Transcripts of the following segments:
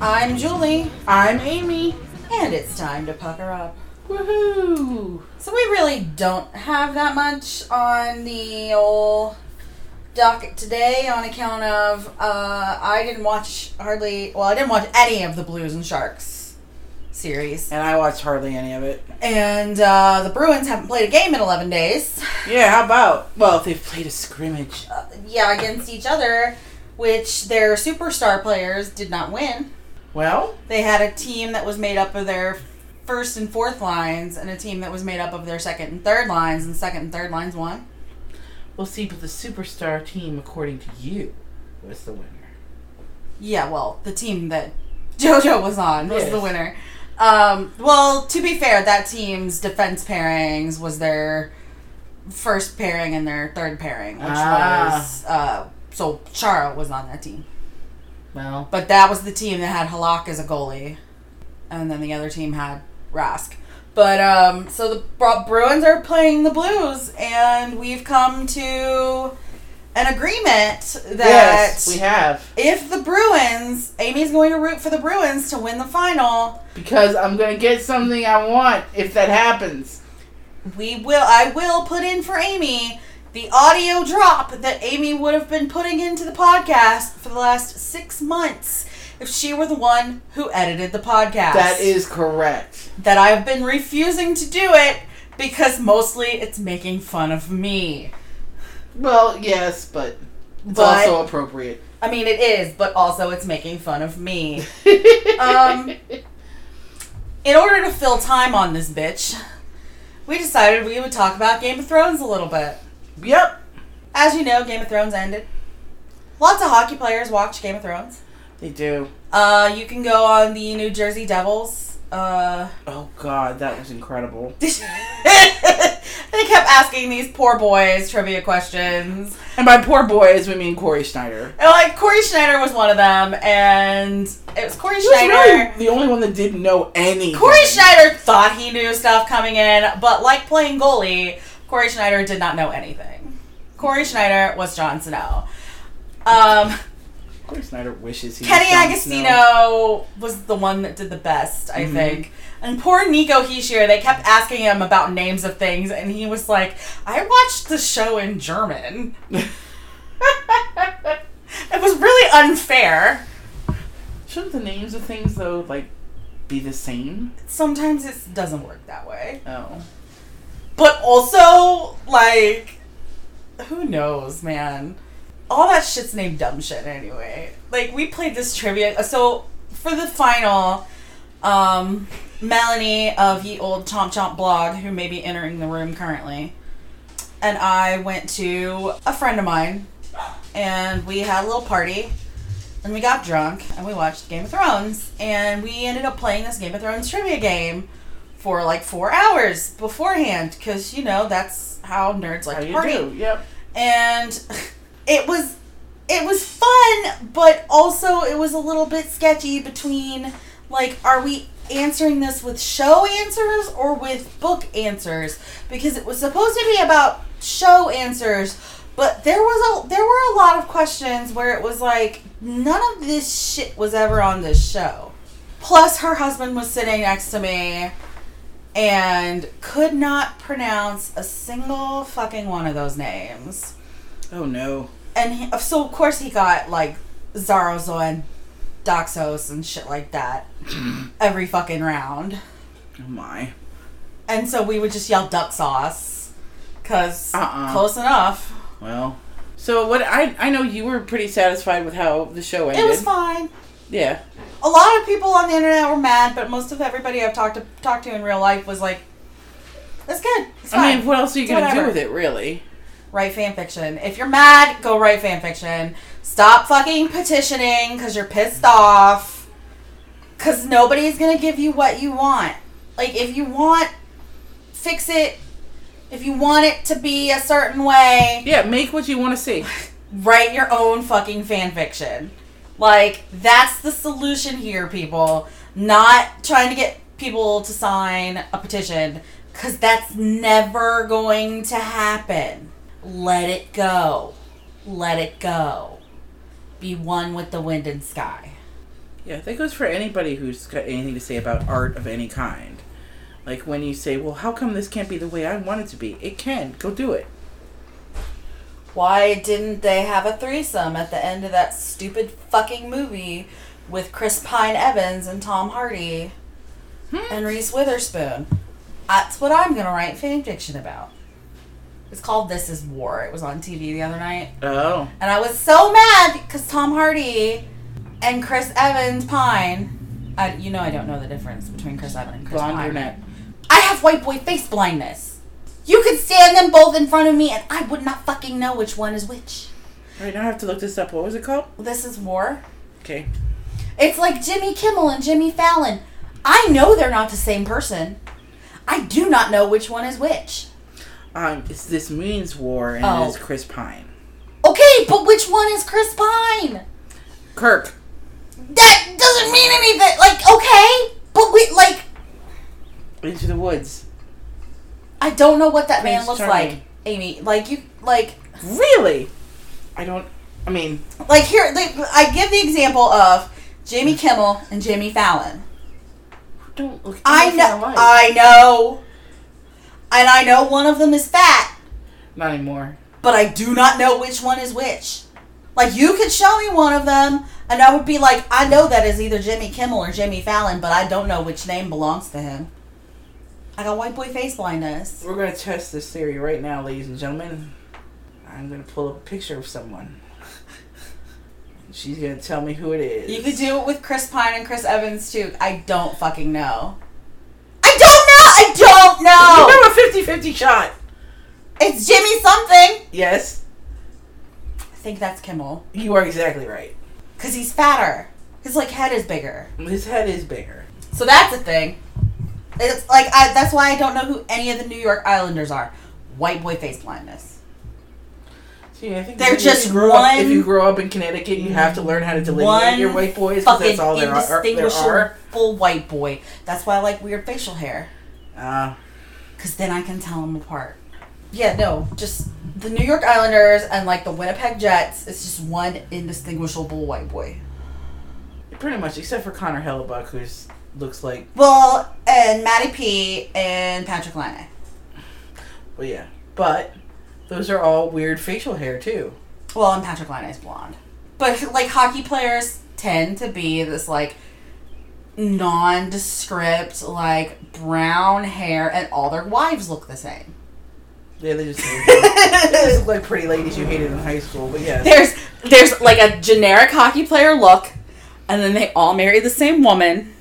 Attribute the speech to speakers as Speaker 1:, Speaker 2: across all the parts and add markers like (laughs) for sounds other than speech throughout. Speaker 1: I'm Julie,
Speaker 2: I'm Amy.
Speaker 1: and it's time to pucker up.
Speaker 2: Woohoo!
Speaker 1: So, we really don't have that much on the old docket today on account of uh, I didn't watch hardly, well, I didn't watch any of the Blues and Sharks series.
Speaker 2: And I watched hardly any of it.
Speaker 1: And uh, the Bruins haven't played a game in 11 days.
Speaker 2: Yeah, how about? Well, they've played a scrimmage.
Speaker 1: Uh, yeah, against each other, which their superstar players did not win.
Speaker 2: Well,
Speaker 1: They had a team that was made up of their first and fourth lines, and a team that was made up of their second and third lines, and second and third lines won.
Speaker 2: we'll see, but the superstar team, according to you, was the winner.
Speaker 1: Yeah, well, the team that (laughs) JoJo was on was the
Speaker 2: Yes.
Speaker 1: winner. Um, well, to be fair, that team's defense pairings was their first pairing and their third pairing, which
Speaker 2: Ah.
Speaker 1: was uh, so Chara was on that team.
Speaker 2: Well,
Speaker 1: But that was the team that had Halak as a goalie, and then the other team had Rask. But um, so the Bru- Bruins are playing the Blues, and we've come to an agreement that
Speaker 2: yes, we have.
Speaker 1: if the Bruins, Amy's going to root for the Bruins to win the final.
Speaker 2: Because I'm going to get something I want if that happens.
Speaker 1: We will. I will put in for Amy the audio drop that Amy would have been putting into the podcast for the last six months if she were the one who edited the podcast.
Speaker 2: That is correct.
Speaker 1: that I've been refusing to do it because mostly it's making fun of me.
Speaker 2: Well, yes, but it's
Speaker 1: But-
Speaker 2: also appropriate. (laughs)
Speaker 1: I mean, it is, but also it's making fun of me. Um, In order to fill time on this bitch, we decided we would talk about Game of Thrones a little bit.
Speaker 2: yep.
Speaker 1: As you know, Game of Thrones ended. Lots of hockey players watch Game of Thrones.
Speaker 2: They do.
Speaker 1: Uh, you can go on the New Jersey Devils. Uh, (laughs)
Speaker 2: Oh, God, that was incredible.
Speaker 1: they kept asking these poor boys trivia questions.
Speaker 2: And by poor boys, we mean Corey Schneider.
Speaker 1: And, like Corey Schneider was one of them, and it was Corey
Speaker 2: He was
Speaker 1: Schneider.
Speaker 2: really the only one that didn't know any.
Speaker 1: Corey Schneider thought he knew stuff coming in, but like playing goalie, Corey Schneider did not know anything. Corey Schneider was Jon Snow. Um,
Speaker 2: Corey Snyder wishes he
Speaker 1: Kenny
Speaker 2: was Jon Snow. Mm-hmm.
Speaker 1: Agostino was the one that did the best, I think. And poor Nico Heishier, they kept asking him about names of things, and he was like, I watched the show in German. (laughs) it was really unfair.
Speaker 2: Shouldn't the names of things though like be the same?
Speaker 1: Sometimes it doesn't work that way.
Speaker 2: Oh,
Speaker 1: But also, like, who knows, man? All that shit's named dumb shit anyway. Like, we played this trivia. uh, So, for the final, um, Melanie of Ye Old Chomp Chomp blog, who may be entering the room currently, and I went to a friend of mine, and we had a little party, and we got drunk, and we watched Game of Thrones, and we ended up playing this Game of Thrones trivia game for like four hours beforehand, because, you know, that's how nerds like
Speaker 2: how
Speaker 1: to
Speaker 2: you
Speaker 1: party
Speaker 2: do? Yep.
Speaker 1: and (laughs) it was it was fun but also it was a little bit sketchy between like are we answering this with show answers or with book answers because it was supposed to be about show answers but there was a there were a lot of questions where it was like none of this shit was ever on this show plus her husband was sitting next to me and could not pronounce a single fucking one of those names.
Speaker 2: Oh no.
Speaker 1: And he, so, of course, he got like Zarozoan, Doxos, and shit like
Speaker 2: (clears throat)
Speaker 1: that every fucking round.
Speaker 2: Oh my.
Speaker 1: And so we would just yell duck sauce because
Speaker 2: Uh-uh.
Speaker 1: close enough.
Speaker 2: Well. So what I I know you were pretty satisfied with how the show ended.
Speaker 1: It was fine.
Speaker 2: Yeah.
Speaker 1: A lot of people on the internet were mad, but most of everybody I've talked to talked to in real life was like, "That's good. It's fine."
Speaker 2: I mean, what else are you gonna
Speaker 1: Whatever.
Speaker 2: do with it, really?
Speaker 1: write fan fiction. If you're mad, go write fan fiction. Stop fucking petitioning because you're pissed off. Because nobody's going to give you what you want. Like, if you want, fix it. If you want it to be a certain way,
Speaker 2: Yeah, make what you want to see.
Speaker 1: write your own fucking fan fiction. Like, that's the solution here, people. Not trying to get people to sign a petition, because that's never going to happen. Let it go. Let it go. Be one with the wind and sky.
Speaker 2: Yeah, that goes for anybody who's got anything to say about art of any kind. Like when you say, "Well, how come this can't be the way I want it to be?" It can. Go do it.
Speaker 1: Why didn't they have a threesome at the end of that stupid fucking movie with Chris Pine Evans and Tom Hardy
Speaker 2: Hmm.
Speaker 1: and Reese Witherspoon? That's what I'm gonna write fan fiction about. It's called This Is War. It was on TV the other night.
Speaker 2: Oh,
Speaker 1: And I was so mad because Tom Hardy and Chris Evans Pine. I, you know I don't know the difference between Chris Evans and Chris
Speaker 2: blonde
Speaker 1: Pine.
Speaker 2: brunette.
Speaker 1: I have white boy face blindness. You could stand them both in front of me and I would not fucking know which one is which.
Speaker 2: All right now I have to look this up. What was it called?
Speaker 1: This is war.
Speaker 2: Okay.
Speaker 1: It's like Jimmy Kimmel and Jimmy Fallon. I know they're not the same person. I do not know which one is which.
Speaker 2: Um, it's this means war, and
Speaker 1: Oh.
Speaker 2: it is Chris Pine.
Speaker 1: Okay, but which one is Chris Pine?
Speaker 2: Kirk.
Speaker 1: That doesn't mean anything. Like, okay, but we like
Speaker 2: Into the woods.
Speaker 1: I don't know what that man
Speaker 2: Prince
Speaker 1: looks
Speaker 2: Charming.
Speaker 1: like, Amy. Like you, like,
Speaker 2: Really? I don't. I mean,
Speaker 1: like here. Like, I give the example of Jimmy Kimmel and Jimmy Fallon.
Speaker 2: don't look.
Speaker 1: I
Speaker 2: anything
Speaker 1: know,
Speaker 2: alike.
Speaker 1: I know, and I know one of them is fat,
Speaker 2: Not anymore.
Speaker 1: but I do not know which one is which. Like, you could show me one of them, and I would be like, I know that is either Jimmy Kimmel or Jimmy Fallon, but I don't know which name belongs to him. I got white boy face blindness.
Speaker 2: We're gonna test this theory right now, ladies and gentlemen. I'm gonna pull up a picture of someone. She's gonna tell me who it is.
Speaker 1: You could do it with Chris Pine and Chris Evans too. I don't fucking know. I don't know. I don't
Speaker 2: You
Speaker 1: know.
Speaker 2: have a 50 50 shot.
Speaker 1: It's Jimmy something.
Speaker 2: Yes,
Speaker 1: I think that's Kimmel
Speaker 2: you are exactly right.
Speaker 1: because he's fatter. His like head is bigger.
Speaker 2: His head is bigger.
Speaker 1: So that's a thing. It's like I, that's why I don't know who any of the New York Islanders are. White boy face blindness.
Speaker 2: See, I think
Speaker 1: They're
Speaker 2: if you
Speaker 1: just
Speaker 2: grow Up, if
Speaker 1: one-
Speaker 2: you grow up in Connecticut, you have to learn how to delineate your white boys because that's all there are. There are.
Speaker 1: indistinguishable white boy. That's why I like weird facial hair.
Speaker 2: Uh,
Speaker 1: Because then I can tell them apart. Yeah, no, just the New York Islanders and like the Winnipeg Jets is just one indistinguishable white boy.
Speaker 2: pretty much, except for Connor Hellebuck, who's looks like.
Speaker 1: Well, and Matty P and Patrick Laine.
Speaker 2: Well, yeah, but those are all weird facial hair too.
Speaker 1: Well, and Patrick Laine is blonde. But like hockey players tend to be this like nondescript, like brown hair, and all their wives look the
Speaker 2: (laughs)
Speaker 1: same.
Speaker 2: Yeah, they just, (laughs) they just look like pretty ladies you hated in high school. But yeah,
Speaker 1: there's there's like a generic hockey player look, and then they all marry the same woman.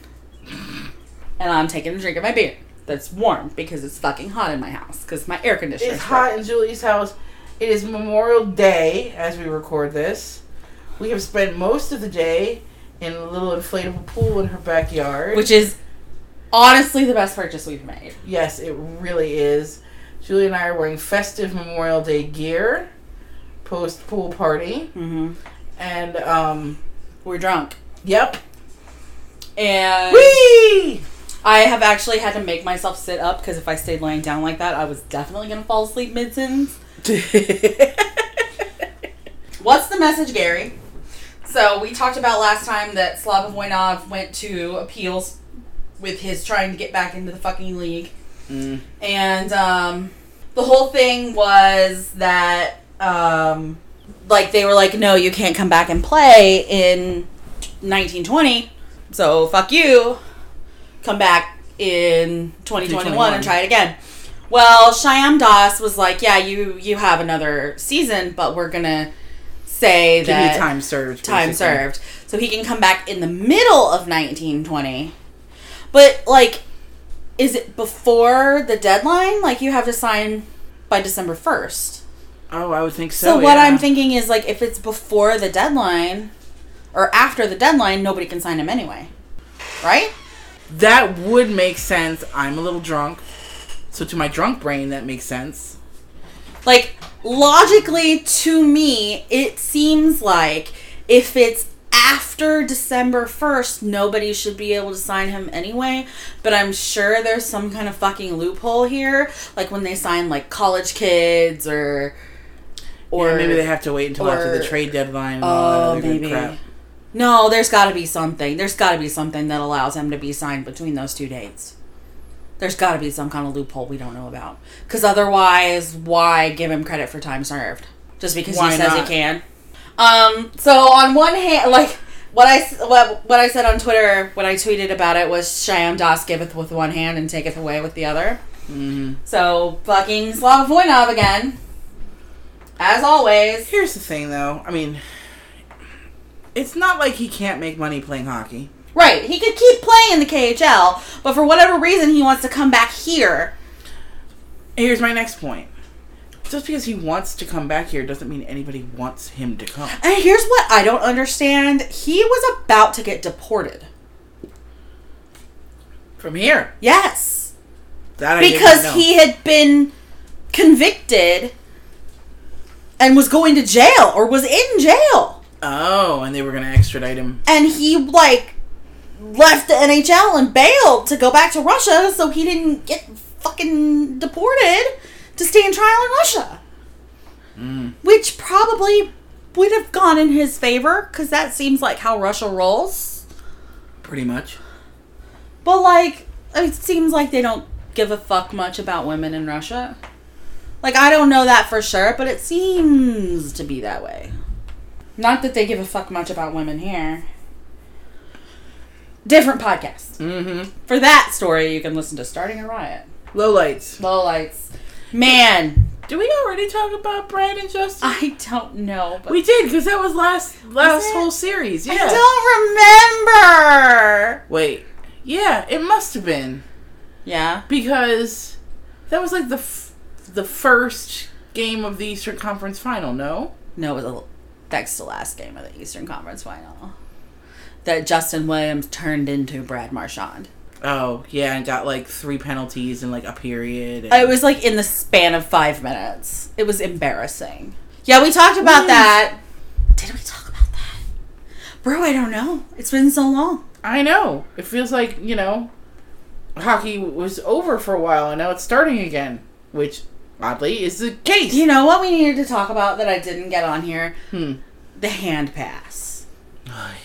Speaker 1: And I'm taking a drink of my beer that's warm because it's fucking hot in my house because my air conditioner.
Speaker 2: it's hot in Julie's house. It is Memorial Day as we record this. We have spent most of the day in a little inflatable pool in her
Speaker 1: (laughs)
Speaker 2: backyard.
Speaker 1: which is honestly the best purchase we've made.
Speaker 2: Yes, it really is. Julie and I are wearing festive Memorial Day gear post pool party.
Speaker 1: Mm-hmm.
Speaker 2: And, um,
Speaker 1: We're drunk,
Speaker 2: (laughs) yep.
Speaker 1: and
Speaker 2: Whee!
Speaker 1: I have actually had to make myself sit up because if I stayed laying down like that, I was definitely gonna fall asleep mid sentence. What's the message, Gary? So we talked about last time that Slava Voynov went to appeals with his trying to get back into the fucking league,
Speaker 2: Mm.
Speaker 1: and um, the whole thing was that um, like they were like, no, you can't come back and play in 1920, so fuck you. Come back in 2021 and try it again. Well, Shyam Das was like, yeah, you you have another season, but we're gonna say
Speaker 2: Give
Speaker 1: that
Speaker 2: me time served.
Speaker 1: time
Speaker 2: basically.
Speaker 1: served. So he can come back in the middle of 1920. But, like, is it before the deadline? Like, you have to sign by December 1st.
Speaker 2: Oh, I would think so.
Speaker 1: So, what
Speaker 2: yeah.
Speaker 1: I'm thinking is, like, if it's before the deadline or after the deadline, nobody can sign him anyway. Right?
Speaker 2: That would make sense. I'm a little drunk. So to my drunk brain, that makes sense.
Speaker 1: Like, logically, to me, it seems like if it's after December 1st, nobody should be able to sign him anyway. But I'm sure there's some kind of fucking loophole here. Like when they sign, like, college kids or. Or
Speaker 2: Or maybe they have to wait until after
Speaker 1: or-
Speaker 2: the trade deadline. and all that
Speaker 1: Oh,
Speaker 2: other good
Speaker 1: maybe.
Speaker 2: crap.
Speaker 1: No, there's got to be something. There's got to be something that allows him to be signed between those two dates. There's got to be some kind of loophole we don't know about. Because otherwise, why give him credit for time served? Just because
Speaker 2: Why
Speaker 1: he says
Speaker 2: not?
Speaker 1: he can. Um. So on one hand, like what I s- what what I said on Twitter when I tweeted about it was Shyam Das giveth with one hand and taketh away with the other.
Speaker 2: Mm.
Speaker 1: So fucking Slav Voinov again. As always.
Speaker 2: Here's the thing, though. I mean, it's not like he can't make money playing hockey.
Speaker 1: Right, he could keep playing the KHL, but for whatever reason, he wants to come back here.
Speaker 2: Here's my next point. Just because he wants to come back here doesn't mean anybody wants him to come.
Speaker 1: And here's what I don't understand he was about to get deported.
Speaker 2: From here.
Speaker 1: Yes,
Speaker 2: That I didn't
Speaker 1: because
Speaker 2: know.
Speaker 1: he had been convicted and was going to jail or was in jail.
Speaker 2: Oh, and they were going to extradite him.
Speaker 1: And he, like, left the NHL and bailed to go back to Russia so he didn't get fucking deported to stand trial in Russia.
Speaker 2: Mm.
Speaker 1: which probably would have gone in his favor because that seems like how Russia rolls.
Speaker 2: Pretty much.
Speaker 1: But like, it seems like they don't give a fuck much about women in Russia. Like, I don't know that for sure, but it seems to be that way. Not that they give a fuck much about women here. Different podcast.
Speaker 2: Mm-hmm.
Speaker 1: For that story, you can listen to Starting a Riot.
Speaker 2: Lowlights.
Speaker 1: Low lights. Man,
Speaker 2: Do we already talk about Brad and Justin?
Speaker 1: I don't know, but
Speaker 2: we did, because that was last last
Speaker 1: it?
Speaker 2: whole series. Yeah.
Speaker 1: I don't remember.
Speaker 2: Wait. Yeah, it must have been.
Speaker 1: Yeah.
Speaker 2: because that was like the f- the first game of the Eastern Conference Final. No,
Speaker 1: No, it was the next to last game of the Eastern Conference Final that Justin Williams turned into Brad Marchand.
Speaker 2: oh yeah, and got like three penalties and like a period. And
Speaker 1: It was like in the span of five minutes. It was embarrassing. Yeah, we talked about that. Did we talk about that? Bro, I don't know. It's been so long.
Speaker 2: I know it feels like you know hockey was over for a while and now it's starting again, which oddly is the case.
Speaker 1: You know what we needed to talk about that I didn't get on here?
Speaker 2: Hmm.
Speaker 1: The hand pass.
Speaker 2: I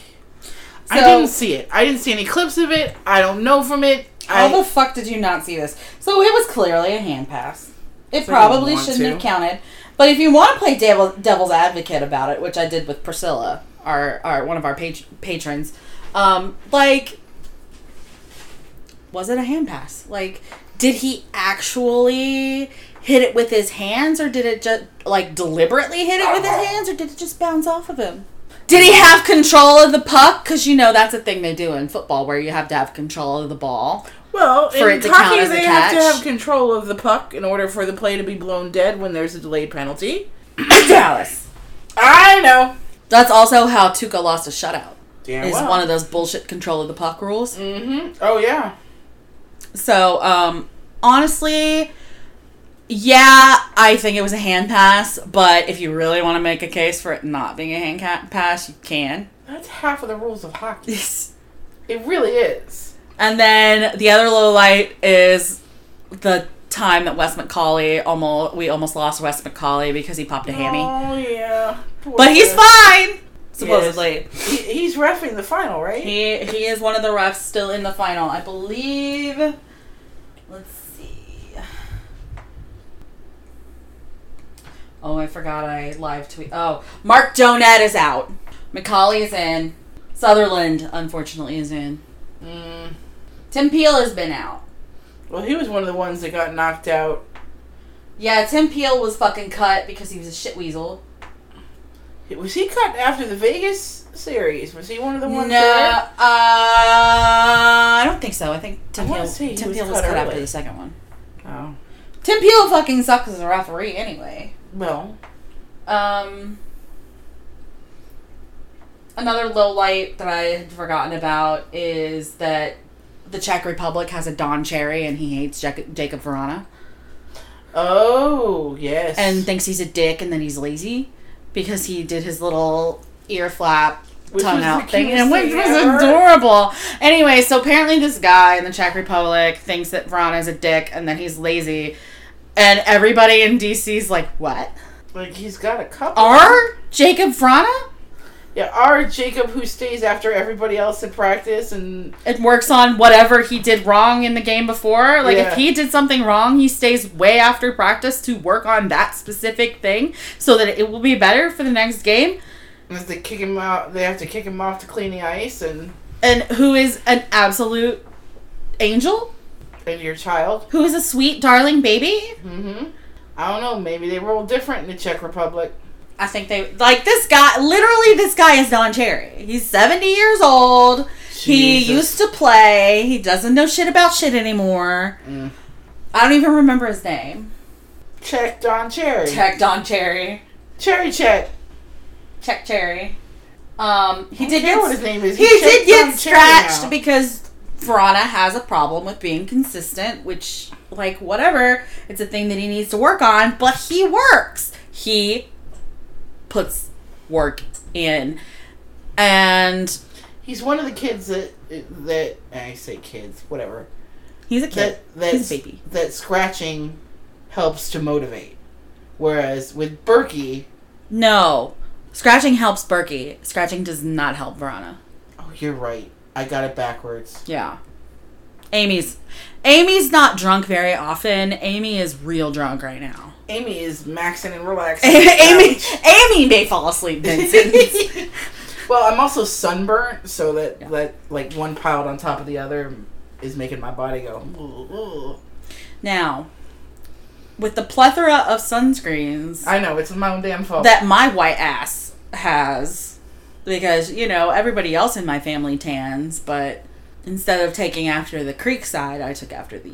Speaker 1: So-
Speaker 2: didn't see it. I didn't see any clips of it. I don't know from it.
Speaker 1: How
Speaker 2: I
Speaker 1: the fuck did you not see this? So it was clearly a hand pass. It
Speaker 2: I didn't
Speaker 1: probably
Speaker 2: want
Speaker 1: shouldn't
Speaker 2: to.
Speaker 1: have counted. But if you want to play devil, devil's advocate about it, which I did with Priscilla, our, our one of our pat- patrons, um, like, was it a hand pass? Like, did he actually hit it with his hands, or did it just like deliberately hit it with
Speaker 2: Uh-huh.
Speaker 1: his hands, or did it just bounce off of him? Did he have control of the puck? Because you know that's a thing they do in football, where you have to have control of the ball.
Speaker 2: well
Speaker 1: For
Speaker 2: in
Speaker 1: it to count
Speaker 2: hockey
Speaker 1: as a
Speaker 2: they have to
Speaker 1: catch.
Speaker 2: have control of the puck in order for the play to be blown dead when there's a delayed penalty.
Speaker 1: Dallas.
Speaker 2: I know.
Speaker 1: That's also how Tuca lost a shutout.
Speaker 2: Damn
Speaker 1: Is one of those bullshit control of the puck rules.
Speaker 2: Mm-hmm. Oh yeah.
Speaker 1: So, um, honestly, yeah, I think it was a hand pass. But if you really want to make a case for it not being a hand ca- pass, you can.
Speaker 2: That's half of the rules of hockey. (laughs) It really is.
Speaker 1: and then the other low light is the time that Wes McCauley almost we almost lost Wes McCauley because he popped a hammy.
Speaker 2: Oh yeah.
Speaker 1: But he's fine, supposedly.
Speaker 2: He, he's refing the final, right?
Speaker 1: He he is one of the refs still in the final, I believe. Let's see. Oh, I forgot I live tweet. Oh, Mark Donat is out. McCauley is in. Sutherland, unfortunately, is in.
Speaker 2: Mm.
Speaker 1: Tim Peel has been out.
Speaker 2: Well, he was one of the ones that got knocked out.
Speaker 1: Yeah, Tim Peel was fucking cut because he was a shit weasel.
Speaker 2: Was he cut after the Vegas series? Was he one of the
Speaker 1: No,
Speaker 2: ones?
Speaker 1: uh, I don't think so. I think Tim
Speaker 2: I wanna
Speaker 1: Peel,
Speaker 2: say he
Speaker 1: Tim
Speaker 2: was
Speaker 1: Peel was
Speaker 2: cut
Speaker 1: cut after
Speaker 2: early.
Speaker 1: the second one.
Speaker 2: There? Oh.
Speaker 1: Tim Peel fucking sucks as a referee anyway.
Speaker 2: Well.
Speaker 1: Um, another low light that I had forgotten about is that the Czech Republic has a Don Cherry and he hates Jac- Jacob Verana
Speaker 2: Oh yes.
Speaker 1: and thinks he's a dick and then he's lazy because he did his little ear flap.
Speaker 2: Which
Speaker 1: tongue
Speaker 2: was the
Speaker 1: out thing,
Speaker 2: cutest
Speaker 1: and which
Speaker 2: thing
Speaker 1: was
Speaker 2: ever.
Speaker 1: adorable. Anyway, so apparently this guy in the Czech Republic thinks that Verana is a dick and that he's lazy, and everybody in DC's like, "What?
Speaker 2: like he's got a couple.
Speaker 1: Are Jacob Verana?"
Speaker 2: Yeah, our Jacob who stays after everybody else in practice and
Speaker 1: It works on whatever he did wrong in the game before. Like
Speaker 2: Yeah.
Speaker 1: if he did something wrong, he stays way after practice to work on that specific thing so that it will be better for the next game.
Speaker 2: if they kick him out, they have to kick him off to clean the ice and
Speaker 1: And who is an absolute angel?
Speaker 2: and your child.
Speaker 1: Who is a sweet darling baby?
Speaker 2: Mm-hmm. I don't know. Maybe they roll different in the Czech Republic.
Speaker 1: I think they like this guy. Literally, this guy is Don Cherry. He's seventy years old. He used to play. He doesn't know shit about shit anymore.
Speaker 2: Mm.
Speaker 1: I don't even remember his name.
Speaker 2: Check Don Cherry.
Speaker 1: Check Don Cherry.
Speaker 2: Cherry Check.
Speaker 1: Check Cherry. Um, he
Speaker 2: I
Speaker 1: did
Speaker 2: don't care
Speaker 1: get
Speaker 2: what his name is.
Speaker 1: he
Speaker 2: He's
Speaker 1: did
Speaker 2: Check
Speaker 1: get
Speaker 2: Don Cherry
Speaker 1: scratched
Speaker 2: now.
Speaker 1: because Verona has a problem with being consistent, which like whatever, it's a thing that he needs to work on, but he works. He puts work in. And
Speaker 2: He's one of the kids that that I say kids, whatever.
Speaker 1: he's a kid.
Speaker 2: That that
Speaker 1: He's a baby.
Speaker 2: that scratching helps to motivate. Whereas with Berkey,
Speaker 1: No. Scratching helps Berkey. Scratching does not help Verona.
Speaker 2: oh, you're right. I got it backwards.
Speaker 1: Yeah. Amy's Amy's not drunk very often. Amy is real drunk right now.
Speaker 2: Amy is maxing
Speaker 1: (laughs)
Speaker 2: and relaxing.
Speaker 1: Amy Amy may fall asleep, Vincent.
Speaker 2: (laughs) well, I'm also sunburnt, so that that like one piled on top of the other is making my body go. "Ooh, ooh."
Speaker 1: (laughs) Now, with the plethora of sunscreens
Speaker 2: I know it's my own damn fault.
Speaker 1: that my white ass has, because, you know, everybody else in my family tans, but instead of taking after the Creek side, I took after the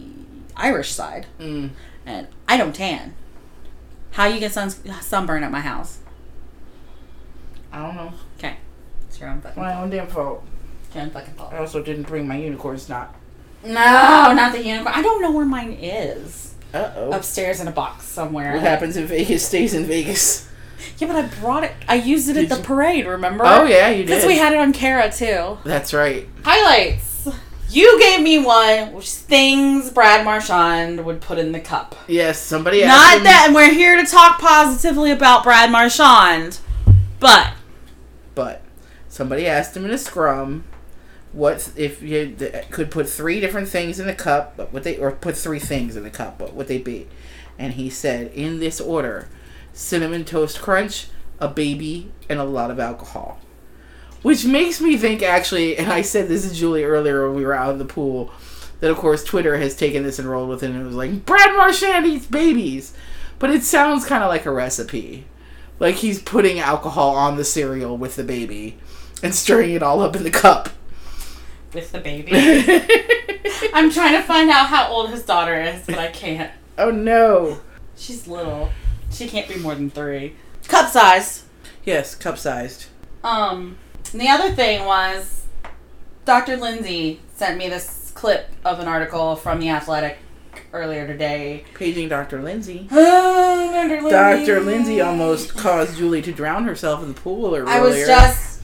Speaker 1: Irish side.
Speaker 2: Mm.
Speaker 1: And I don't tan. How you get sun- sunburn at my house?
Speaker 2: I don't know.
Speaker 1: Okay. It's your own fucking,
Speaker 2: My own damn fault.
Speaker 1: it's your own fucking fault.
Speaker 2: I also didn't bring my unicorn snot.
Speaker 1: No, not the unicorn. I don't know where mine is.
Speaker 2: Uh oh.
Speaker 1: Upstairs in a box somewhere. (laughs)
Speaker 2: What happens in Vegas stays in Vegas.
Speaker 1: Yeah, but I brought it. I used it
Speaker 2: Did
Speaker 1: at the
Speaker 2: you-
Speaker 1: parade. Remember?
Speaker 2: Oh yeah, you did.
Speaker 1: Because we had it on Kara too.
Speaker 2: That's right.
Speaker 1: Highlights. You gave me one, which is things Brad Marchand would put in the cup.
Speaker 2: Yes, somebody. asked
Speaker 1: Not
Speaker 2: him-
Speaker 1: that, and we're here to talk positively about Brad Marchand, but
Speaker 2: But somebody asked him in a scrum, what if you th- could put three different things in the cup, but what they or put three things in the cup, but would they be? And he said in this order: cinnamon toast crunch, a baby, and a lot of alcohol. Which makes me think actually, and I said this to Julie earlier when we were out of the pool, that of course Twitter has taken this and rolled with it and it was like, Brad Marchand eats babies. But it sounds kind of like a recipe. Like he's putting alcohol on the cereal with the baby and stirring it all up in the
Speaker 1: (laughs)
Speaker 2: cup.
Speaker 3: with the baby. I'm trying to find out how old his daughter is, but I can't.
Speaker 2: oh no.
Speaker 3: She's little. She can't be more than three.
Speaker 1: cup size.
Speaker 2: Yes, cup sized.
Speaker 1: Um, and the other thing was, Dr. Lindsay sent me this clip of an article from The Athletic earlier
Speaker 2: (gasps)
Speaker 1: today.
Speaker 2: Paging Dr. Lindsay.
Speaker 1: Oh, Dr. Lindsay.
Speaker 2: Dr. Lindsay almost caused Julie to drown herself in the pool earlier.
Speaker 1: I was just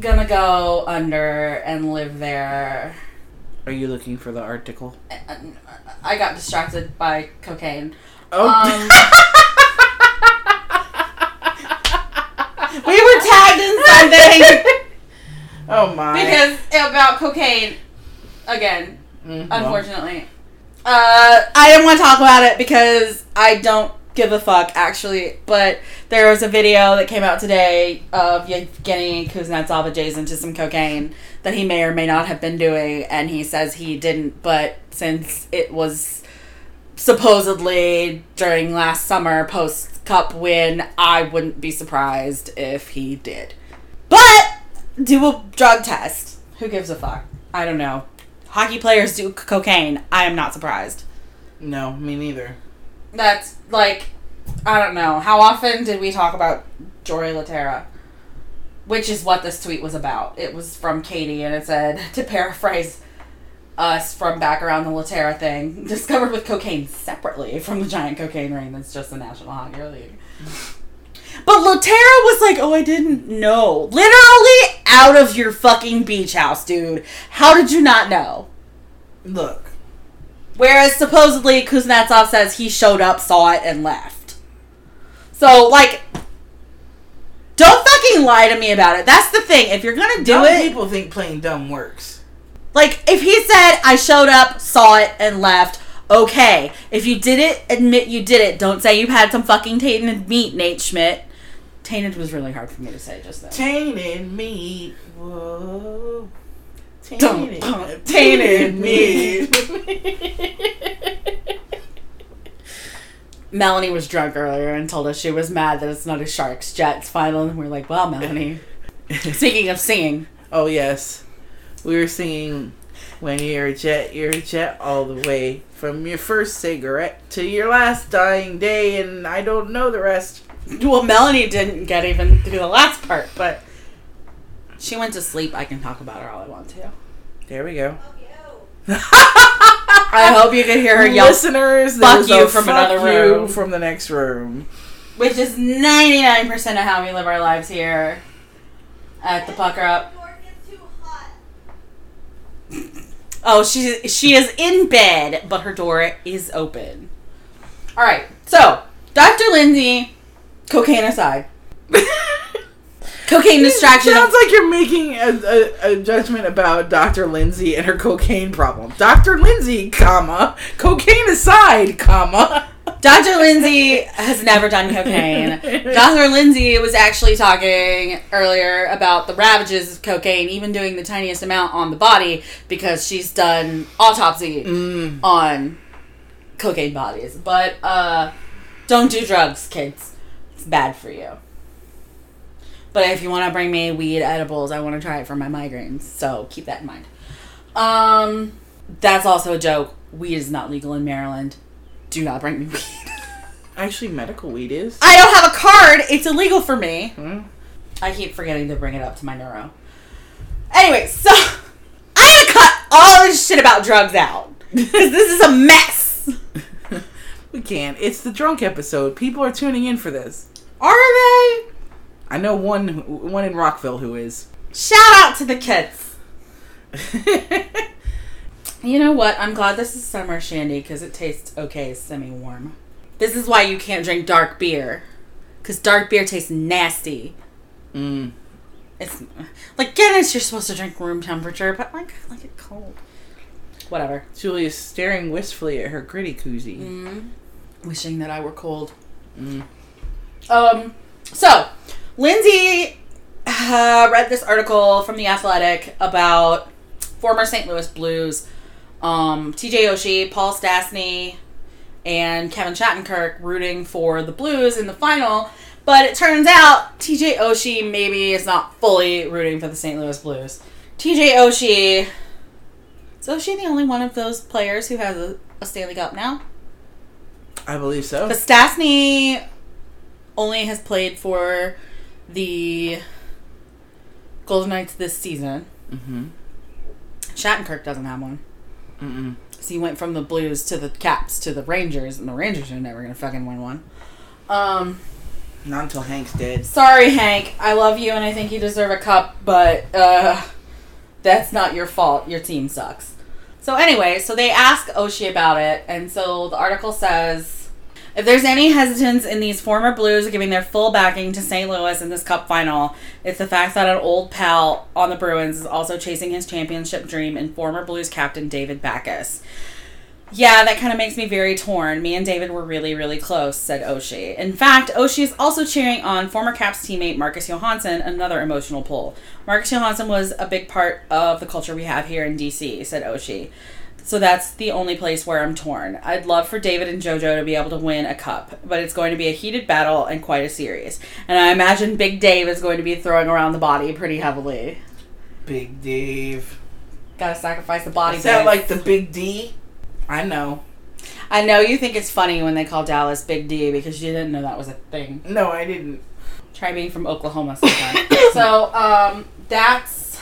Speaker 1: gonna go under and live there.
Speaker 2: Are you looking for the article?
Speaker 1: And I got distracted by cocaine.
Speaker 2: Oh, (laughs)
Speaker 1: Um, we were tagged in something
Speaker 2: (laughs) oh my.
Speaker 1: because about cocaine again.
Speaker 2: Mm, well.
Speaker 1: Unfortunately, uh, I didn't want to talk about it because I don't give a fuck actually. But there was a video that came out today of Yevgeny Kuznetsov adjacent to some cocaine that he may or may not have been doing, and he says he didn't. But since it was supposedly during last summer post cup win, I wouldn't be surprised if he did. But do a drug test. Who gives a fuck? I don't know. Hockey players do c- cocaine. I am not surprised.
Speaker 2: No, me neither.
Speaker 1: That's like, I don't know. How often did we talk about Jory Laterra? Which is what this tweet was about. It was from Katie, and it said, to paraphrase us from back around the Laterra thing, (laughs) discovered with cocaine separately from the giant cocaine ring that's just the National Hockey League. But Laterra was like, oh, I didn't know. Literally out of your fucking beach house, dude. How did you not know?
Speaker 2: Look,
Speaker 1: Whereas supposedly Kuznetsov says he showed up, saw it, and left. So, like, Don't fucking lie to me about it. That's the thing. If you're gonna do
Speaker 2: dumb
Speaker 1: it,
Speaker 2: people think playing dumb works.
Speaker 1: like if he said I showed up, saw it, and left, okay. If you did it, admit you did it. Don't say you had some fucking tainted meat, Nate Schmidt. Tainted was really hard for me to say just then.
Speaker 2: Tainted me. Whoa.
Speaker 1: Dun,
Speaker 2: Tainted,
Speaker 1: dun.
Speaker 2: tainted me.
Speaker 4: Melanie was drunk earlier and told us she was mad that it's not a Sharks Jets final, and we we're like, "Wow, Melanie."
Speaker 1: Speaking of singing,
Speaker 2: (laughs) oh, yes. We were singing When You're a Jet, You're a Jet all the way. From your first cigarette to your last dying day, and I don't know the rest.
Speaker 4: Well, Melanie didn't get even through the last part, but
Speaker 1: she went to sleep. I can talk about her all I want to.
Speaker 2: There we go.
Speaker 1: I hope you could hear her yell,
Speaker 2: Listeners,
Speaker 1: fuck
Speaker 2: there's
Speaker 1: you
Speaker 2: a
Speaker 1: from
Speaker 2: fuck
Speaker 1: another
Speaker 2: you
Speaker 1: room.
Speaker 2: From the
Speaker 1: (laughs)
Speaker 2: next room.
Speaker 4: which is ninety nine percent of how we live our lives here at the Pucker Up.
Speaker 1: "Oh, she she is in bed, but her door is open."
Speaker 4: All right,
Speaker 1: So, Dr. Lindsay, cocaine aside, cocaine distraction.
Speaker 2: Sounds like you're making a, a, a judgment about Dr. Lindsay and her cocaine problem. Dr. Lindsay, comma, cocaine aside, comma.
Speaker 1: Dr. Lindsay has never done cocaine. Dr. Lindsay was actually talking earlier about the ravages of cocaine, even doing the tiniest amount on the body, because she's done autopsy on cocaine bodies. But uh, don't do drugs, kids. It's bad for you. But if you want to bring me weed edibles, I want to try it for my migraines. So keep that in mind. Um, that's also a joke. Weed is not legal in Maryland. Do not bring me weed. (laughs)
Speaker 2: Actually, medical weed is.
Speaker 1: I don't have a card. It's illegal for me.
Speaker 2: Hmm. (laughs)
Speaker 1: I keep forgetting to bring it up to my neuro. Anyway, so I'm gonna cut all this shit about drugs (laughs) out because this is a mess.
Speaker 2: We can't. It's the drunk episode. People are tuning in for this.
Speaker 1: Are they?
Speaker 2: I know one who- one in Rockville who is. (laughs)
Speaker 1: Shout out to the kids. You know what? I'm glad this is summer shandy because it tastes okay semi-warm. This is why you can't drink dark beer because dark beer tastes nasty.
Speaker 2: mm.
Speaker 1: It's like Guinness. You're supposed to drink room temperature, but like I like it cold. Whatever.
Speaker 2: Julia's staring wistfully at her gritty koozie.
Speaker 1: Wishing that I were cold.
Speaker 2: Mm.
Speaker 1: Um, so Lindsay uh, read this article from The Athletic about former St. Louis Blues, um, TJ Oshie, Paul Stastny, and Kevin Shattenkirk rooting for the Blues in the final. But it turns out TJ Oshie maybe is not fully rooting for the St. Louis Blues. TJ Oshie. Is Oshie the only one of those players who has a, a Stanley Cup now?
Speaker 2: I believe so.
Speaker 1: But Stastny only has played for the Golden Knights this season.
Speaker 2: Mm-hmm.
Speaker 1: Shattenkirk doesn't have one.
Speaker 2: Mm-mm.
Speaker 1: So he went from the Blues to the Caps to the Rangers, and the Rangers are never going to fucking win one. Um,
Speaker 2: Not until Hank's dead.
Speaker 1: sorry, Hank. I love you, and I think you deserve a cup, but uh, that's not your fault. Your team sucks. So anyway, so they ask Oshie about it, and so the article says. If there's any hesitance in these former Blues giving their full backing to St. Louis in this cup final, it's the fact that an old pal on the Bruins is also chasing his championship dream in former Blues captain David Backus. Yeah, that kind of makes me very torn. Me and David were really, really close, said Oshie. In fact, Oshie is also cheering on former Caps teammate Marcus Johansson, another emotional pull. Marcus Johansson was a big part of the culture we have here in DC, said Oshie. So that's the only place where I'm torn. I'd love for David and JoJo to be able to win a cup, but it's going to be a heated battle and quite a series. And I imagine Big Dave is going to be throwing around the body pretty heavily.
Speaker 2: Big Dave.
Speaker 1: Gotta sacrifice the body.
Speaker 2: Is that
Speaker 1: babe.
Speaker 2: like the Big D? I know.
Speaker 1: I know you think it's funny when they call Dallas Big D because you didn't know that was a thing.
Speaker 2: No, I didn't.
Speaker 1: Try being from Oklahoma sometime. so, um, that's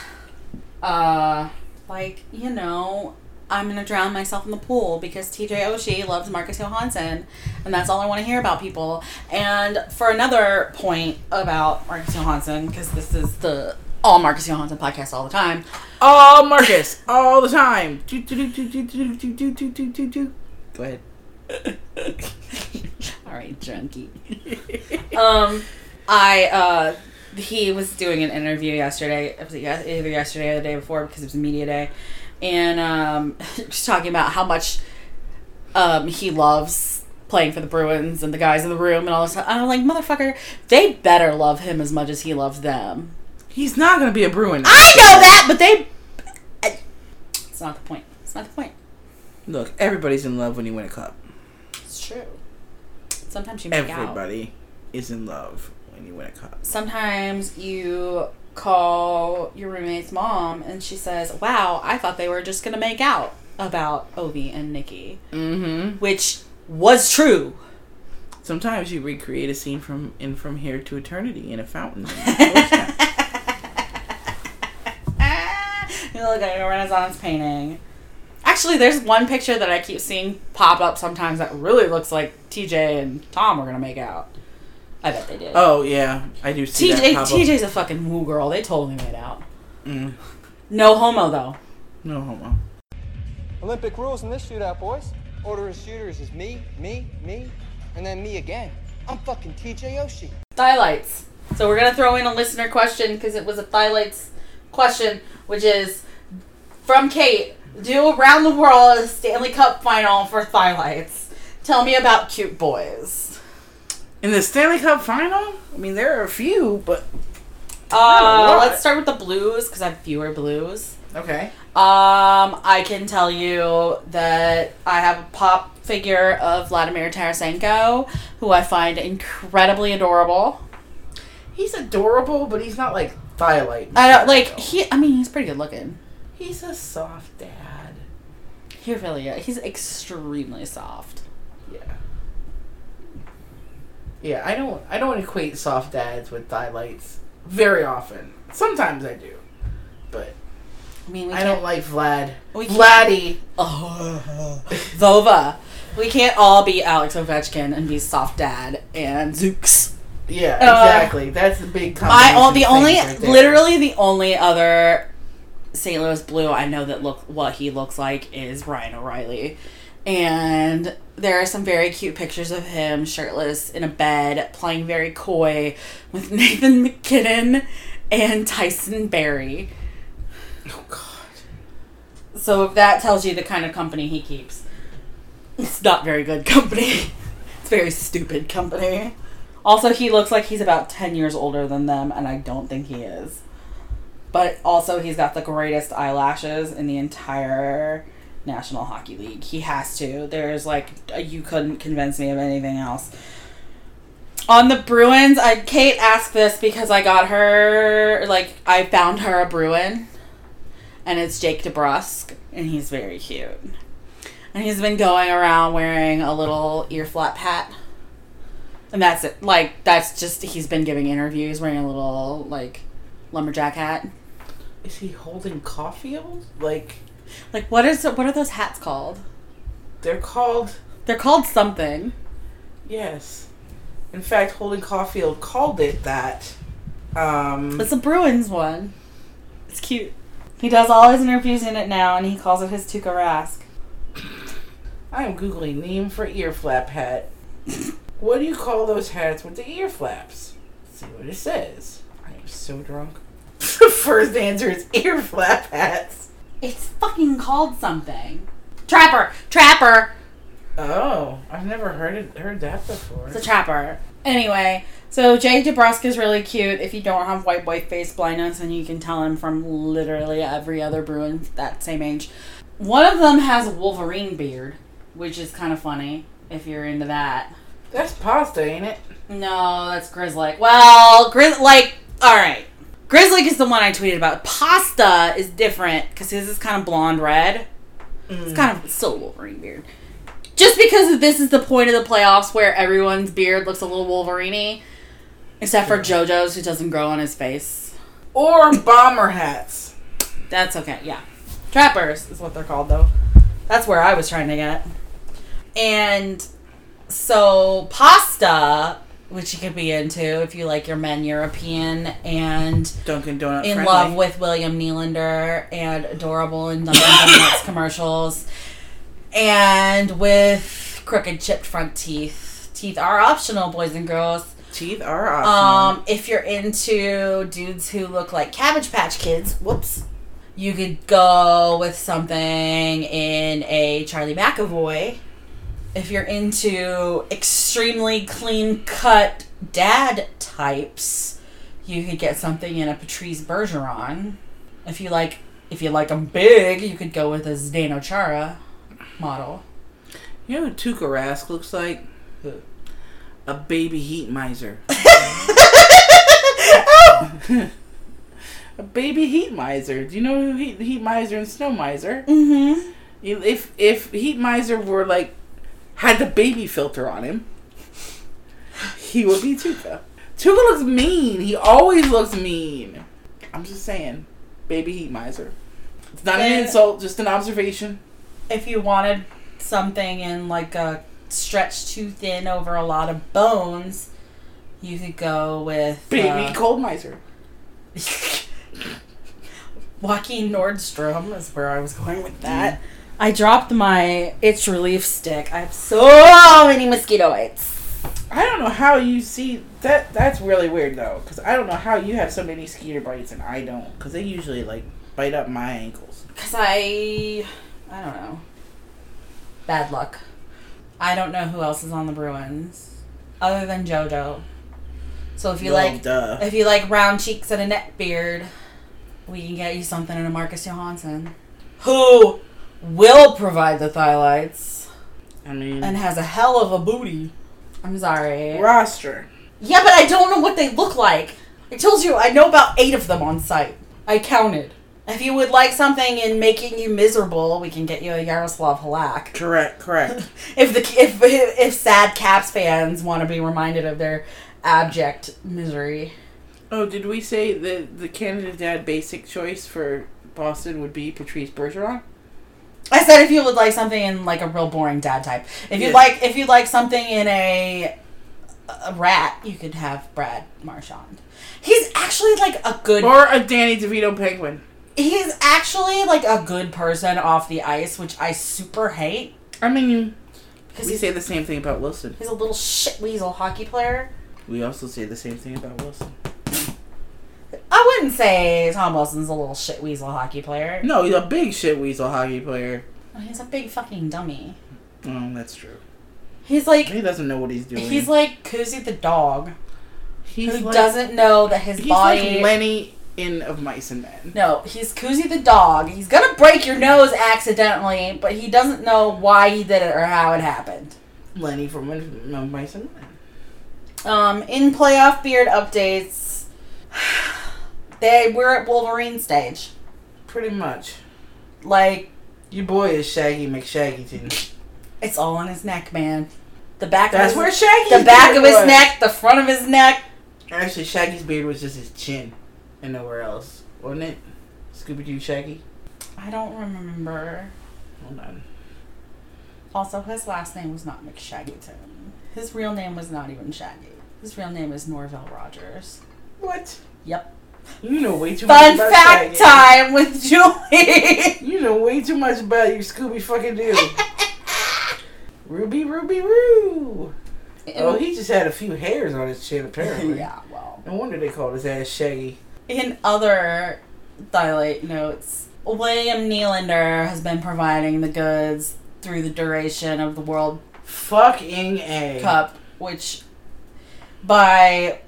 Speaker 1: uh like, you know, I'm gonna drown myself in the pool because TJ Oshie loves Marcus Johansson and that's all I wanna hear about people. And for another point about Marcus Johansson, because this is the all Marcus Johansson podcast all the time.
Speaker 2: All Marcus, all the time. Do, do, do, do, do, do, do, do, do, do, do. Go ahead.
Speaker 1: (laughs) All right, junkie. um, I uh, he was doing an interview yesterday, it was yes- either yesterday or the day before because it was media day, and um, (laughs) just talking about how much um, he loves playing for the Bruins and the guys in the room and all this. And I'm like, motherfucker, they better love him as much as he loves them.
Speaker 2: He's not gonna be a Bruin.
Speaker 1: I know that, but they. I- It's not the point. It's not the point.
Speaker 2: Look, everybody's in love when you win a cup.
Speaker 1: It's true. Sometimes you make out.
Speaker 2: Everybody is in love when you win a cup.
Speaker 1: sometimes you call your roommate's mom and she says, Wow, I thought they were just going to make out about Obi and Nikki,
Speaker 2: Mm-hmm.
Speaker 1: which was true. (laughs)
Speaker 2: Sometimes you recreate a scene from in From Here to Eternity in
Speaker 1: (laughs)
Speaker 2: a fountain.
Speaker 1: you look like a Renaissance painting. Actually, there's one picture that I keep seeing pop up sometimes that really looks like TJ and Tom are going to make out. I bet they did.
Speaker 2: oh yeah, I do see
Speaker 1: TJ,
Speaker 2: that pop up.
Speaker 1: TJ's a fucking woo girl. They totally made out.
Speaker 2: Mm.
Speaker 1: No homo, though.
Speaker 2: No homo.
Speaker 5: Olympic rules in this shootout, boys. Order of shooters is me, me, me, and then me again. I'm fucking TJ Oshie.
Speaker 1: Thylights. So we're gonna throw in a listener question because it was a thylights question, which is from Kate. Do around the world a Stanley Cup final for thylights. Tell me about cute boys.
Speaker 2: In the Stanley Cup final, I mean there are a few, but
Speaker 1: Uh,
Speaker 2: lot.
Speaker 1: let's start with the blues because I have fewer blues.
Speaker 2: okay.
Speaker 1: Um, I can tell you that I have a pop figure of Vladimir Tarasenko, who I find incredibly adorable.
Speaker 2: He's adorable, but he's not like Twilight.
Speaker 1: I don't like he. I mean, he's pretty good looking.
Speaker 2: He's a soft dad.
Speaker 1: He really is. He's extremely soft.
Speaker 2: Yeah. Yeah, I don't I don't equate soft dads with lights very often. Sometimes I do. But
Speaker 1: I mean, we (laughs)
Speaker 2: I don't like Vlad.
Speaker 1: We can't-
Speaker 2: Vladdy.
Speaker 1: Oh, Vova. We can't all be Alex Ovechkin and be soft dad and Zooks.
Speaker 2: Yeah,
Speaker 1: Uh,
Speaker 2: exactly. That's the big
Speaker 1: I all the
Speaker 2: combination
Speaker 1: only
Speaker 2: thing right there.
Speaker 1: literally the only other St. Louis Blue I know that look what he looks like is Ryan O'Reilly. And there are some very cute pictures of him shirtless in a bed playing very coy with (laughs) Nathan McKinnon and Tyson Berry.
Speaker 2: Oh god.
Speaker 1: So if that tells you the kind of company he keeps, it's not very good company. It's very stupid company. Also, he looks like he's about 10 years older than them, and I don't think he is. But also, he's got the greatest eyelashes in the entire National Hockey League. He has to. There's like, you couldn't convince me of anything else. On the Bruins, I Kate asked this because I got her, like, I found her a Bruin and it's Jake DeBrusque, and he's very cute. And he's been going around wearing a little ear flap hat, and that's it. Like that's just he's been giving interviews wearing a little like lumberjack hat.
Speaker 2: Is he holding Caulfield? Like
Speaker 1: Like what is what are those hats called?
Speaker 2: they're called
Speaker 1: They're called something.
Speaker 2: yes. In fact, Holding Caulfield called it that. Um
Speaker 1: It's a Bruins one. It's cute. He does all his interviews in it now, and he calls it his Tuka Rask.
Speaker 2: I'm googling name for ear flap hat. what do you call those hats with the ear flaps? Let's see what it says. I am so drunk. (laughs) The first answer is ear flap hats.
Speaker 1: It's fucking called something. Trapper, trapper.
Speaker 2: Oh, I've never heard it, heard that before.
Speaker 1: It's a trapper. Anyway, so Jay DeBrusque is really cute. If you don't have white boy face blindness, and you can tell him from literally every other Bruin that same age. One of them has a Wolverine beard, which is kind of funny if you're into that.
Speaker 2: That's pasta, ain't it?
Speaker 1: No, that's Grizzly. Well, Grizz like all right. Grizzly is the one I tweeted about. Pasta is different because his is kind of blonde red. It's kind of it's still a Wolverine beard. Just because this is the point of the playoffs where everyone's beard looks a little Wolverine-y, except for JoJo's who doesn't grow on his face.
Speaker 2: Or bomber hats.
Speaker 1: That's okay. Yeah, trappers is what they're called though. That's where I was trying to get. And so pasta, which you could be into if you like your men European and
Speaker 2: Dunkin' Donut.
Speaker 1: in
Speaker 2: friendly.
Speaker 1: love with William Nylander and adorable in Dunkin' Donuts commercials, and with crooked chipped front teeth. Teeth are optional, boys and girls.
Speaker 2: Teeth are optional.
Speaker 1: Um, if you're into dudes who look like Cabbage Patch Kids, whoops, you could go with something in a Charlie McAvoy. If you're into extremely clean cut dad types, you could get something in a Patrice Bergeron. If you like, if you like 'em big, you could go with a Zdeno Chara model.
Speaker 2: you know what Tuka Rask looks like? A baby heat miser. a baby heat miser. Do you know who heat, heat miser and snow miser?
Speaker 1: Mm-hmm.
Speaker 2: You- If if heat miser were like had the baby filter on him, he would be Tuka. Tuka looks mean. He always looks mean. I'm just saying, baby heat miser. It's not an
Speaker 1: Yeah.
Speaker 2: insult, just an observation.
Speaker 1: if you wanted something in like a stretch too thin over a lot of bones, you could go with
Speaker 2: Baby
Speaker 1: uh, (laughs)
Speaker 2: cold miser.
Speaker 1: Joaquin Nordstrom is where I was going with that. I dropped my itch relief stick. I have so many mosquito bites.
Speaker 2: I don't know how you see that. That's really weird though, because I don't know how you have so many skeeter bites and I don't, because they usually like bite up my ankles.
Speaker 1: Cause I, I don't know. Bad luck. I don't know who else is on the Bruins other than JoJo. So if you
Speaker 2: Well,
Speaker 1: like
Speaker 2: duh.
Speaker 1: If you like round cheeks and a neck beard, we can get you something in a Marcus Johansson. Who will provide the thylights
Speaker 2: I mean,
Speaker 1: and has a hell of a booty. I'm sorry.
Speaker 2: roster.
Speaker 1: Yeah, but I don't know what they look like. I told you I know about eight of them on site. I counted. If you would like something in making you miserable, we can get you a Yaroslav Halak.
Speaker 2: Correct, correct.
Speaker 1: If the if if sad Caps fans want to be reminded of their abject misery.
Speaker 2: (laughs) oh, did we say that the Canada Dad basic choice for Boston would be Patrice Bergeron?
Speaker 1: I said if you would like something in like a real boring dad type. If you
Speaker 2: Yeah.
Speaker 1: would like if you like something in a a rat, you could have Brad Marchand. He's actually like a good
Speaker 2: Or a Danny DeVito penguin?
Speaker 1: he's actually like a good person off the ice, which I super hate
Speaker 2: I mean,
Speaker 1: because
Speaker 2: we
Speaker 1: he's,
Speaker 2: say the same thing about Wilson.
Speaker 1: he's a little shit weasel hockey player.
Speaker 2: We also say the same thing about Wilson.
Speaker 1: I wouldn't say Tom Wilson's a little shit weasel hockey player.
Speaker 2: No, he's a big shit weasel hockey player.
Speaker 1: He's a big fucking dummy.
Speaker 2: Oh, that's true.
Speaker 1: He's like
Speaker 2: He doesn't know what he's doing.
Speaker 1: he's like Koozie the dog
Speaker 2: he's
Speaker 1: who
Speaker 2: like-
Speaker 1: doesn't know that his
Speaker 2: He's
Speaker 1: body
Speaker 2: like Lenny in Of Mice and Men.
Speaker 1: No, he's Koozie the dog. He's gonna break your nose accidentally, but he doesn't know why he did it or how it happened.
Speaker 2: Lenny from Of Mice and Men.
Speaker 1: Um, in playoff beard updates, (sighs) they we're at Wolverine stage.
Speaker 2: Pretty much.
Speaker 1: Like
Speaker 2: Your boy is Shaggy McShaggyton.
Speaker 1: it's all on his neck, man. The back of
Speaker 2: That's
Speaker 1: his,
Speaker 2: where Shaggy.
Speaker 1: the back of his
Speaker 2: was.
Speaker 1: neck, the front of his neck.
Speaker 2: Actually, Shaggy's beard was just his chin, and nowhere else, wasn't it? Scooby Doo Shaggy.
Speaker 1: I don't remember.
Speaker 2: Hold on.
Speaker 1: Also, his last name was not McShaggyton. His real name was not even Shaggy. His real name is Norville Rogers.
Speaker 2: What?
Speaker 1: Yep.
Speaker 2: You know way too
Speaker 1: Fun
Speaker 2: much about
Speaker 1: fact
Speaker 2: Shaggy.
Speaker 1: time with (laughs) Julie.
Speaker 2: You know way too much about your Scooby
Speaker 1: (laughs)
Speaker 2: fucking Doo. Ruby, Ruby, Roo. Oh, he just had a few hairs on his chin
Speaker 1: (laughs)
Speaker 2: apparently.
Speaker 1: yeah, well.
Speaker 2: No wonder they called his ass Shaggy.
Speaker 1: In other Twilight notes, William Nylander has been providing the goods through the duration of the World
Speaker 2: Fucking A.
Speaker 1: Cup, which by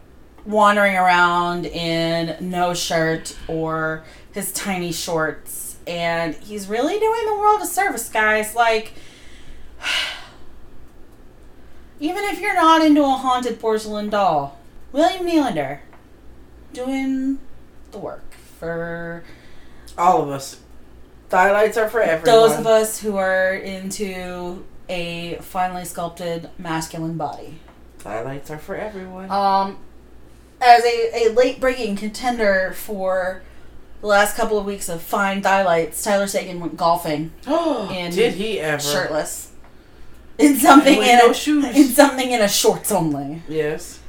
Speaker 1: wandering around in no shirt or his tiny shorts, and he's really doing the world a service, guys. Like, (sighs) even if you're not into a haunted porcelain doll, William Nylander doing the work for
Speaker 2: All of us. Highlights are for everyone.
Speaker 1: those of us who are into a finely sculpted masculine body.
Speaker 2: Highlights are for everyone.
Speaker 1: um, as a, a late breaking contender for the last couple of weeks of fine highlights, Tyler Sagan went golfing
Speaker 2: Oh,
Speaker 1: (gasps) and
Speaker 2: did he ever?
Speaker 1: shirtless in something
Speaker 2: With
Speaker 1: in
Speaker 2: no
Speaker 1: a,
Speaker 2: shoes.
Speaker 1: in something in a shorts only
Speaker 2: Yes.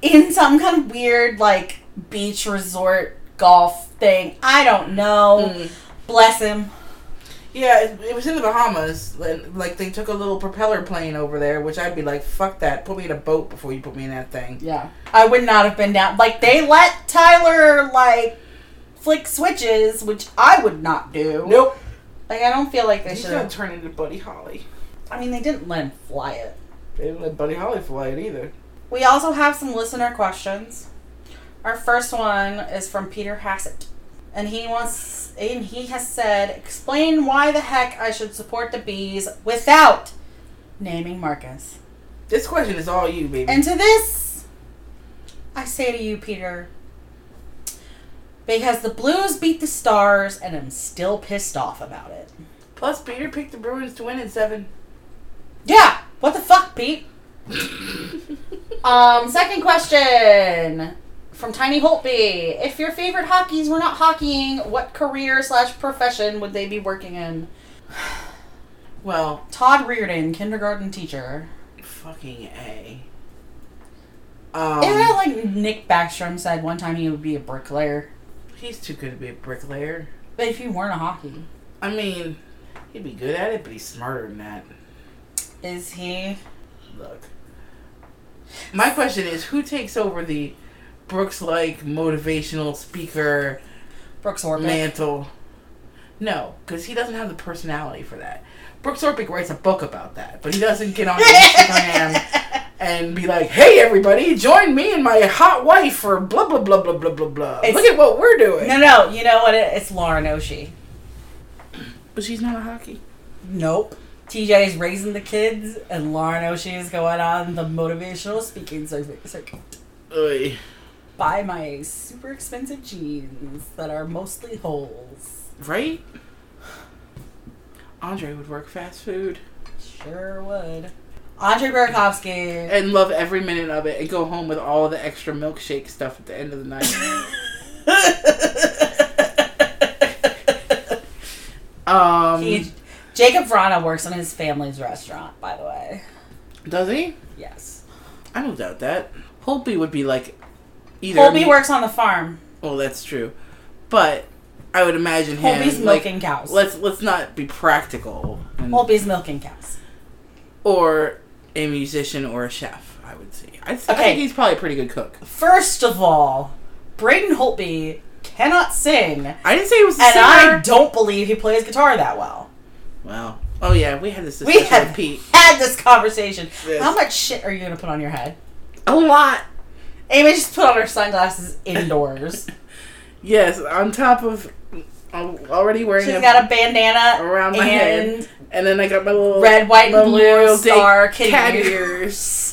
Speaker 1: in some kind of weird like
Speaker 2: Hmm.
Speaker 1: beach resort golf thing. I don't know. Bless him.
Speaker 2: Yeah, it, it was in the Bahamas. and, Like they took a little propeller plane over there, which I'd be like, "Fuck that! Put me in a boat before you put me in that thing."
Speaker 1: Yeah. I would not have been down. Like, they let Tyler, like, flick switches, which I would not do.
Speaker 2: Nope.
Speaker 1: Like, I don't feel like they
Speaker 2: He's
Speaker 1: should
Speaker 2: gonna
Speaker 1: have.
Speaker 2: turn into Buddy Holly.
Speaker 1: I mean, they didn't let him fly it.
Speaker 2: They didn't let Buddy Holly fly it either.
Speaker 1: We also have some listener questions. Our first one is from Peter Hassett. And he wants and he has said, explain why the heck I should support the bees without naming Marcus.
Speaker 2: This question is all you, baby.
Speaker 1: And to this I say to you, Peter, because the blues beat the stars and I'm still pissed off about it.
Speaker 2: Plus, Peter picked the Bruins to win in seven.
Speaker 1: Yeah. What the fuck, Pete? (laughs) um, second question from Tiny Holtby. If your favorite hockeys were not hockeying, what career slash profession would they be working in?
Speaker 2: Well,
Speaker 1: Todd Reardon, kindergarten teacher.
Speaker 2: fucking a. Um,
Speaker 1: Isn't that like Nick Backstrom said one time he would be a bricklayer?
Speaker 2: he's too good to be a bricklayer.
Speaker 1: But if you weren't a hockey,
Speaker 2: I mean, he'd be good at it, but he's smarter than that.
Speaker 1: is he?
Speaker 2: Look. My question is who takes over the Brooks like motivational speaker
Speaker 1: Brooks Orpik.
Speaker 2: mantle? No, because he doesn't have the personality for that. Brooks Orpik writes a book about that, but he doesn't get on
Speaker 1: (laughs)
Speaker 2: Instagram and be like, hey, everybody, join me and my hot wife for blah, blah, blah, blah, blah, blah, blah.
Speaker 1: It's-
Speaker 2: Look at what we're doing.
Speaker 1: No, no, you know what? It, it's Lauren Oshie.
Speaker 2: But she's not a hockey.
Speaker 1: Nope. TJ is raising the kids, and Lauren Oshie is going on the motivational speaking cir- circuit.
Speaker 2: Oy.
Speaker 1: Buy my super expensive jeans that are mostly holes.
Speaker 2: Right? Andre would work fast food.
Speaker 1: Sure would. Andre
Speaker 2: (laughs)
Speaker 1: Burakovsky.
Speaker 2: and love every minute of it and go home with all the extra milkshake stuff at the end of the night.
Speaker 1: (laughs)
Speaker 2: um,
Speaker 1: He- Jacob Vrana works in his family's restaurant, by the way.
Speaker 2: does he?
Speaker 1: Yes.
Speaker 2: I don't doubt that. Holtby would be like either.
Speaker 1: Holby works on the farm.
Speaker 2: Well, that's true, but I would imagine him.
Speaker 1: Holby's
Speaker 2: like,
Speaker 1: milking cows.
Speaker 2: Let's let's not be practical. and-
Speaker 1: Holby's milking cows.
Speaker 2: or a musician or a chef. I would say. I, th- I
Speaker 1: Okay.
Speaker 2: think he's probably a pretty good cook.
Speaker 1: First of all, Braden Holtby cannot sing.
Speaker 2: I didn't say he was a
Speaker 1: And I
Speaker 2: singer.
Speaker 1: don't believe he plays guitar that well.
Speaker 2: Wow. Oh yeah, we had this
Speaker 1: We
Speaker 2: discussion
Speaker 1: had
Speaker 2: with Pete.
Speaker 1: had this conversation.
Speaker 2: Yes.
Speaker 1: How much shit are you gonna put on your head?
Speaker 2: A lot.
Speaker 1: Amy just put on her sunglasses indoors.
Speaker 2: Yes, on top of I'm already wearing
Speaker 1: She's
Speaker 2: a,
Speaker 1: got a bandana
Speaker 2: around my
Speaker 1: and (laughs)
Speaker 2: head, and then I got my little
Speaker 1: red, white, and blue
Speaker 2: Memorial Day
Speaker 1: star kitty
Speaker 2: cat
Speaker 1: ears.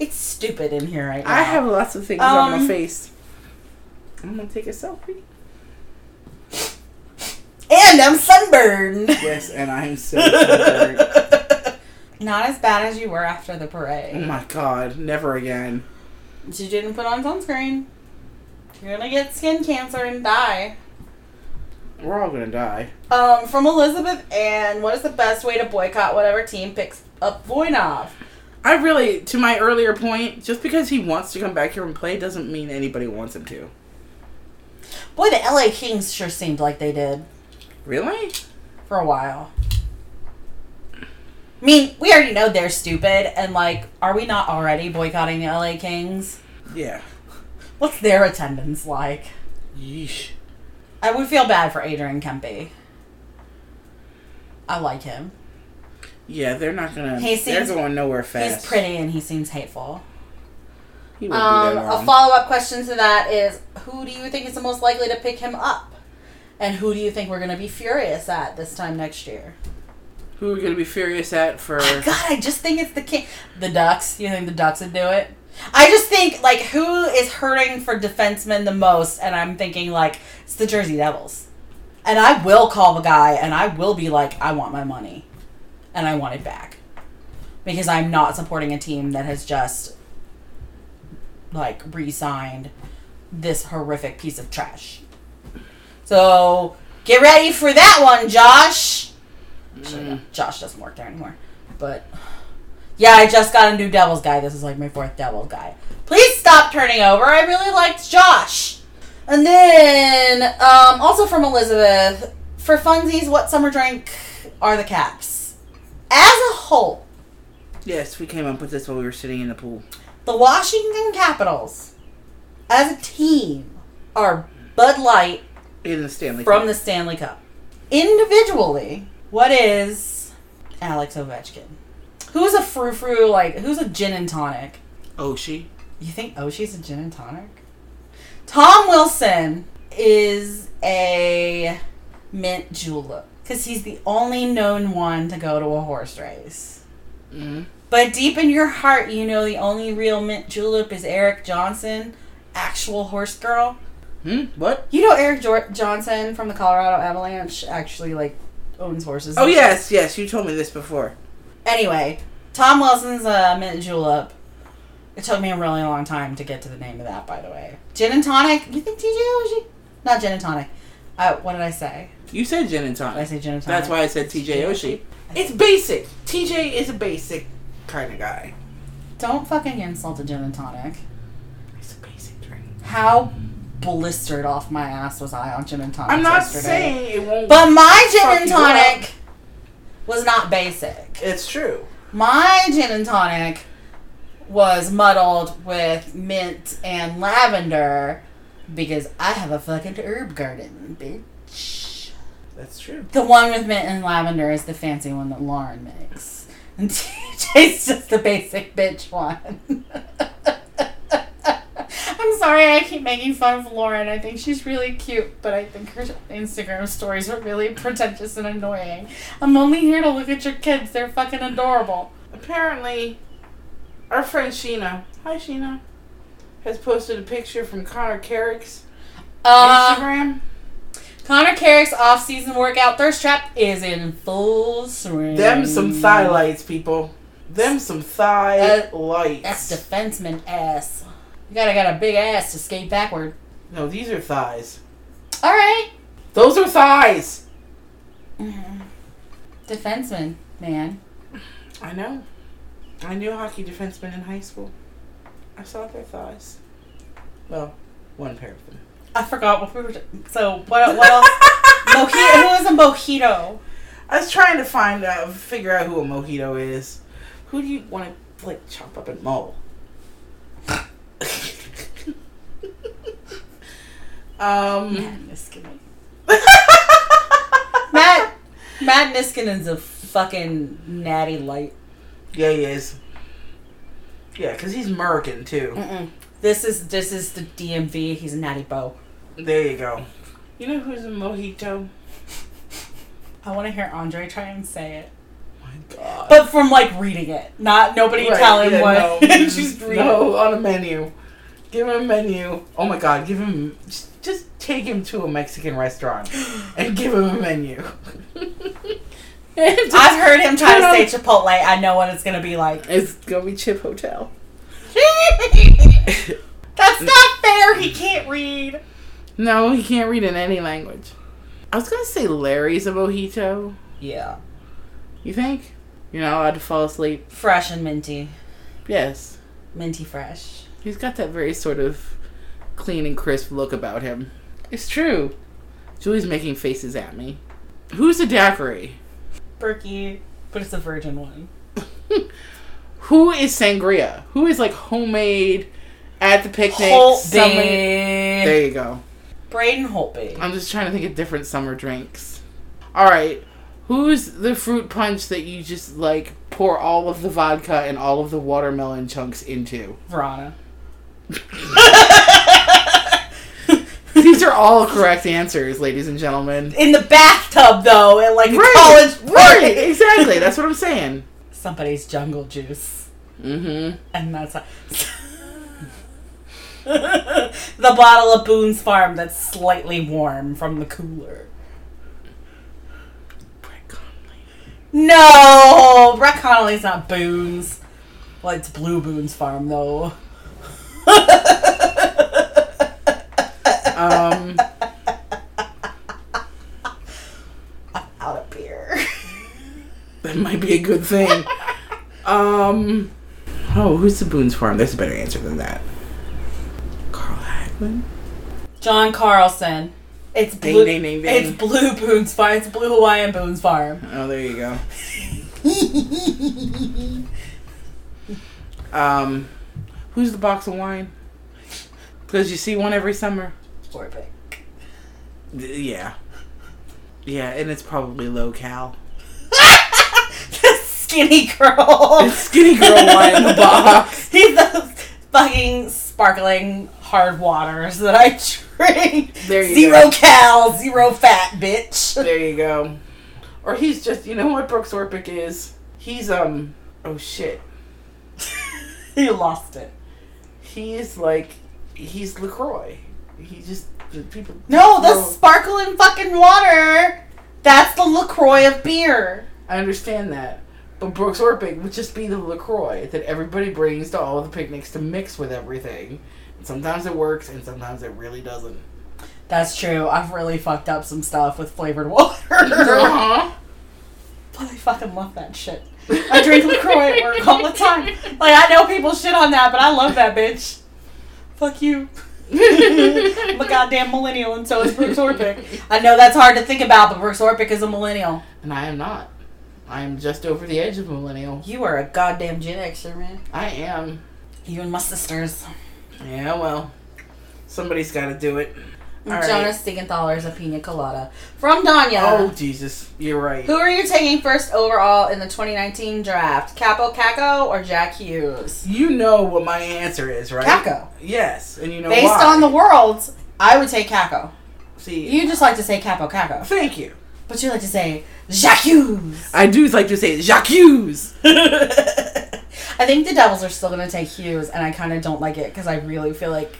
Speaker 1: it's stupid in here right now.
Speaker 2: (laughs) I have lots of things on
Speaker 1: Um,
Speaker 2: my face. I'm gonna take a selfie.
Speaker 1: and I'm
Speaker 2: (laughs)
Speaker 1: sunburned.
Speaker 2: Yes, and I'm (laughs) so tired.
Speaker 1: Not as bad as you were after the
Speaker 2: Oh
Speaker 1: parade.
Speaker 2: my god, never again.
Speaker 1: You didn't put on sunscreen. You're gonna get skin cancer and die.
Speaker 2: We're all gonna die.
Speaker 1: Um, from Elizabeth Ann, what is the best way to boycott whatever team picks up Voinov?
Speaker 2: I really, to my earlier point, just because he wants to come back here and play doesn't mean anybody wants him to.
Speaker 1: Boy, the LA Kings sure seemed like they did
Speaker 2: Really?
Speaker 1: for a while. I mean, we already know they're stupid, and like, are we not already boycotting the LA Kings?
Speaker 2: Yeah.
Speaker 1: What's their attendance like?
Speaker 2: Yeesh.
Speaker 1: I would feel bad for Adrian Kempe. I like him.
Speaker 2: Yeah, they're not gonna.
Speaker 1: He
Speaker 2: they're
Speaker 1: seems-
Speaker 2: going nowhere fast.
Speaker 1: He's pretty and he seems hateful.
Speaker 2: He won't be
Speaker 1: Um,
Speaker 2: there
Speaker 1: a
Speaker 2: long.
Speaker 1: follow up question to that is who do you think is the most likely to pick him up? And who do you think we're going to be furious at this time next year?
Speaker 2: Who are we gonna be furious at
Speaker 1: (laughs)
Speaker 2: for?
Speaker 1: God, I just think it's the king. The Ducks. You think the Ducks would do it? I just think, like, who is hurting for defensemen the most? And I'm thinking, like, it's the Jersey Devils. And I will call the guy and I will be like, I want my money. And I want it back. Because I'm not supporting a team that has just, like, re signed this horrific piece of trash. So get ready for that one, Josh. Actually, no, Josh doesn't work there anymore. But yeah, I just got a new Devils guy. This is like my fourth Devils guy. Please stop turning over. I really liked Josh. And then um, also from Elizabeth, for funsies, what summer drink are the caps? As a whole,
Speaker 2: Yes, we came up with this while we were sitting in the pool.
Speaker 1: the Washington Capitals, as a team, are Bud Light
Speaker 2: In the Stanley
Speaker 1: from
Speaker 2: Cup.
Speaker 1: the Stanley Cup. Individually, what is Alex Ovechkin?
Speaker 6: Who's a frou frou? Like, who's a gin and tonic?
Speaker 2: Oshi.
Speaker 6: You think Oshie's a gin and tonic?
Speaker 1: Tom Wilson is a mint julep because he's the only known one to go to a horse race.
Speaker 2: Mm.
Speaker 1: But deep in your heart, you know the only real mint julep is Eric Johnson, actual horse girl.
Speaker 2: Hmm? What?
Speaker 6: You know Eric jo- Johnson from the Colorado Avalanche actually like owns horses.
Speaker 2: Oh, yes, yes. You told me this before.
Speaker 1: Anyway, Tom Wilson's a mint julep. It took me a really long time to get to the name of that, by the way. Gin and tonic. You think TJ Oshie? Not gin and tonic. Uh, what did I say?
Speaker 2: You said gin and
Speaker 1: Did I
Speaker 2: tonic.
Speaker 1: say gin and tonic?
Speaker 2: That's why I said TJ Oshi. It's basic. TJ is a basic kind of guy.
Speaker 1: Don't fucking insult a gin and tonic.
Speaker 2: It's a basic drink.
Speaker 1: How blistered off my ass was I on gin and tonic?
Speaker 2: I'm not saying it won't.
Speaker 1: But my gin and
Speaker 2: Fuck you up.
Speaker 1: tonic was not basic.
Speaker 2: it's true.
Speaker 1: My gin and tonic was muddled with mint and lavender because I have a fucking herb garden, bitch.
Speaker 2: That's true.
Speaker 1: The one with mint and lavender is the fancy one that Lauren makes. (laughs) And TJ's just the basic bitch one. (laughs) I'm sorry I keep making fun of Lauren. I think she's really cute, but I think her Instagram stories are really pretentious and annoying. I'm only here to look at your kids. They're fucking adorable.
Speaker 2: Apparently, our friend Sheena, hi Sheena, has posted a picture from Connor Carrick's
Speaker 1: Uh,
Speaker 2: Instagram.
Speaker 1: Connor Carrick's off-season workout thirst trap is in full swing.
Speaker 2: Them some thigh lights, people. Them some thigh
Speaker 1: Uh,
Speaker 2: lights.
Speaker 1: That's defenseman ass. You gotta got a big ass to skate backward.
Speaker 2: no, these are thighs.
Speaker 1: All right,
Speaker 2: Those are thighs.
Speaker 1: defenseman man.
Speaker 2: I know. I knew hockey defensemen in high school. I saw their thighs. Well, one pair of them.
Speaker 1: I forgot what we were. So what? What (laughs) else? Mojito. Who is a mojito?
Speaker 2: I was trying to find out, figure out who a mojito is. Who do you want to like chop up and mull? (laughs) um,
Speaker 1: Matt Niskanen. (laughs) Matt Matt Niskanen's a fucking natty light.
Speaker 2: yeah, he is. Yeah, because he's American too.
Speaker 1: Mm-mm. This is this is the DMV. He's a natty bow.
Speaker 2: There you go. You know who's a mojito?
Speaker 1: I want to hear Andre try and say it,
Speaker 2: My God.
Speaker 1: but from like reading it, not nobody
Speaker 2: Right,
Speaker 1: telling
Speaker 2: yeah, (laughs)
Speaker 1: what. (laughs)
Speaker 2: no.
Speaker 1: Just reading.
Speaker 2: No, on a menu. Give him a menu. Oh my God! Give him just, just take him to a Mexican (gasps) restaurant and give him a (laughs) menu.
Speaker 1: I've heard him try
Speaker 2: Turn
Speaker 1: to say Chipotle. I know what it's gonna be like.
Speaker 2: (laughs) It's gonna be Chip Hotel.
Speaker 1: That's not fair. He can't read.
Speaker 2: No, he can't read in any language. I was gonna say Larry's a mojito.
Speaker 1: Yeah.
Speaker 2: You think? You're not allowed to fall asleep.
Speaker 1: Fresh and minty.
Speaker 2: Yes,
Speaker 1: Minty fresh.
Speaker 2: he's got that very sort of clean and crisp look about him. It's true. Julie's making faces at me. Who's a daiquiri?
Speaker 1: Perky, but it's a virgin one.
Speaker 2: Who is sangria? Who is like homemade at the picnic? summer-
Speaker 1: Holtby.
Speaker 2: There you go.
Speaker 1: Braden Holtby.
Speaker 2: I'm just trying to think of different summer drinks. All right, who's the fruit punch that you just like pour all of the vodka and all of the watermelon chunks into?
Speaker 1: Verona.
Speaker 2: These are all correct answers, ladies and (laughs) gentlemen.
Speaker 1: In the bathtub, though, at like a college
Speaker 2: right,
Speaker 1: party.
Speaker 2: exactly. That's what I'm saying.
Speaker 1: Somebody's jungle juice.
Speaker 2: Mm-hmm.
Speaker 1: And that's how. the bottle of Boone's Farm that's slightly warm from the cooler. No, Brett Connolly's not Boone's. Well, it's Blue Boone's farm though.
Speaker 2: Um,
Speaker 1: Out of beer.
Speaker 2: that might be a good thing. Um, oh, who's the Boone's Farm? There's a better answer than that. Carl Hagelin.
Speaker 1: John Carlson. It's
Speaker 2: Ding,
Speaker 1: blue.
Speaker 2: ding, ding, ding.
Speaker 1: It's blue Boone's farm. It's blue Hawaiian Boone's farm.
Speaker 2: Oh, there you go. um, who's the box of wine? Because you see one every summer.
Speaker 1: Orbit.
Speaker 2: D- yeah. Yeah, and it's probably locale.
Speaker 1: (laughs) Skinny girl.
Speaker 2: It's (laughs) skinny girl wine in the
Speaker 1: (laughs)
Speaker 2: box.
Speaker 1: He's those fucking sparkling hard waters (laughs) that I drink.
Speaker 2: There you
Speaker 1: zero
Speaker 2: go.
Speaker 1: cal, zero fat, bitch. (laughs)
Speaker 2: There you go. Or he's just, you know what Brooks Orpik is? He's, um, oh shit.
Speaker 1: you lost it.
Speaker 2: He is like, he's LaCroix. He just, the people.
Speaker 1: No, the
Speaker 2: No.
Speaker 1: sparkling fucking water. That's the Lacroix of beer.
Speaker 2: I understand that. But Brooks Orpik would just be the LaCroix that everybody brings to all the picnics to mix with everything. Sometimes it works and sometimes it really doesn't.
Speaker 1: That's true. I've really fucked up some stuff with flavored (laughs) water. but
Speaker 2: Uh-huh.
Speaker 1: I fucking love that shit. I drink LaCroix at work all the
Speaker 2: (laughs)
Speaker 1: time. Like, I know people shit on that, but I love that bitch. Fuck you. I'm (laughs) a goddamn millennial, and so is Brooks Orpik. I know that's hard to think about, but Brooks Orpik is a millennial.
Speaker 2: And I am not. I am just over the edge of millennial.
Speaker 1: You are a goddamn Gen Xer, man.
Speaker 2: I am.
Speaker 1: You and my sisters.
Speaker 2: Yeah, well, somebody's got to do it. All right.
Speaker 1: Jonas Siegenthaler's a pina colada. From Danya.
Speaker 2: Oh, Jesus. You're right.
Speaker 1: Who are you taking first overall in the 2019 draft? Capo Caco or Jack Hughes?
Speaker 2: You know what my answer is, right?
Speaker 1: Caco.
Speaker 2: Yes, and you know
Speaker 1: Based
Speaker 2: why.
Speaker 1: on the world, I would say Caco.
Speaker 2: See,
Speaker 1: You just like to say Capo Caco.
Speaker 2: thank you.
Speaker 1: But you like to say Jack Hughes.
Speaker 2: I do like to say Jacques Hughes.
Speaker 1: (laughs) I think the Devils are still going to take Hughes, and I kind of don't like it because I really feel like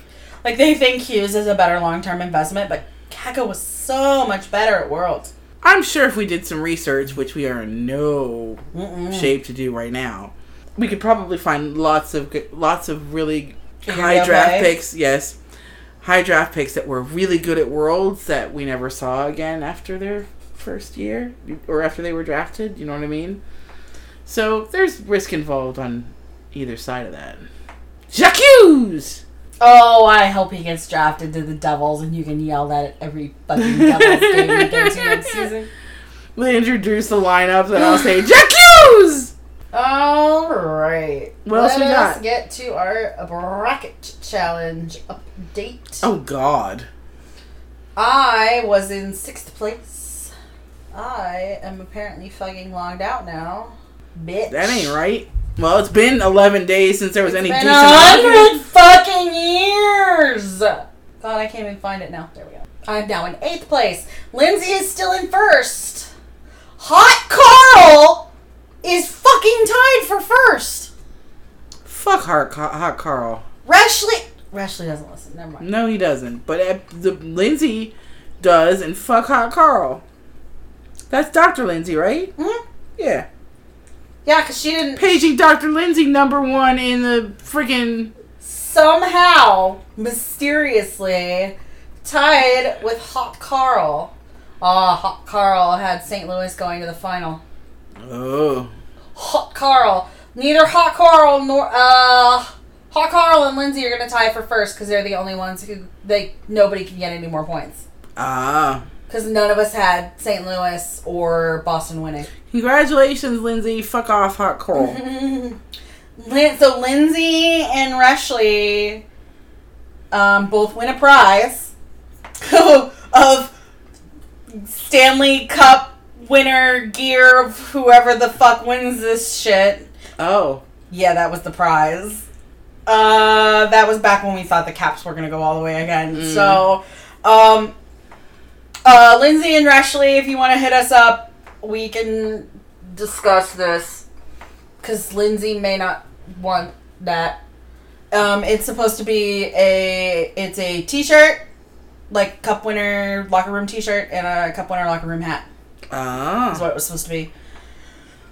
Speaker 1: like they think Hughes is a better long term investment, but Caco was so much better at Worlds.
Speaker 2: I'm sure if we did some research, which we are in no shape to do right now, we could probably find lots of good, lots of really high
Speaker 1: Video
Speaker 2: draft
Speaker 1: plays?
Speaker 2: picks. Yes, high draft picks that were really good at Worlds that we never saw again after their first year or after they were drafted. You know what I mean? So there's risk involved on either side of that. Jacques Hughes!
Speaker 1: Oh, I hope he gets drafted to the Devils, and you can yell that at every fucking Devils game he goes to (laughs) next
Speaker 2: (laughs)
Speaker 1: season.
Speaker 2: We introduce the lineups and I'll say Jacques Hughes.
Speaker 1: All right.
Speaker 2: What else
Speaker 1: Let
Speaker 2: we
Speaker 1: us
Speaker 2: got?
Speaker 1: get to our bracket challenge update.
Speaker 2: Oh God.
Speaker 1: I was in sixth place. I am apparently fucking logged out now. Bitch.
Speaker 2: That ain't right. Well, it's been 11 days since there was any
Speaker 1: Been
Speaker 2: decent
Speaker 1: a
Speaker 2: hockey.
Speaker 1: hundred fucking years. God, I can't even find it now. There we go. I'm now in eighth place. Lindsay is still in first. Hot Carl is fucking tied for first.
Speaker 2: Fuck Hot, Ca- Hot Carl.
Speaker 1: Rashley. Rashley doesn't listen. Never mind.
Speaker 2: No, he doesn't. But uh, the Lindsay does, and fuck Hot Carl. That's Dr. Lindsay, right?
Speaker 1: Mhm.
Speaker 2: Yeah.
Speaker 1: Yeah, because she didn't.
Speaker 2: Paging Dr. Lindsay number one in the freaking.
Speaker 1: somehow mysteriously tied with Hot Carl. Ah, Hot Carl had St. Louis going to the final.
Speaker 2: Oh.
Speaker 1: Hot Carl. Neither Hot Carl nor uh Hot Carl and Lindsay are gonna tie for first because they're the only ones who they nobody can get any more points
Speaker 2: Ah.
Speaker 1: because none of us had St. Louis or Boston winning.
Speaker 2: Congratulations, Lindsay. Fuck off, Hot Carl.
Speaker 1: (laughs) Lin- So Lindsay and Reshley um, both win a prize (laughs) of Stanley Cup winner gear of whoever the fuck wins this shit.
Speaker 2: oh.
Speaker 1: Yeah, that was the prize. Uh, that was back when we thought the caps were gonna go all the way again. So, um, uh, Lindsay and Rashley, if you want to hit us up, we can discuss this because Lindsay may not want that. Um, it's supposed to be a it's a T-shirt, like cup winner locker room T-shirt and a cup winner locker room hat is
Speaker 2: Ah.
Speaker 1: what it was supposed to be.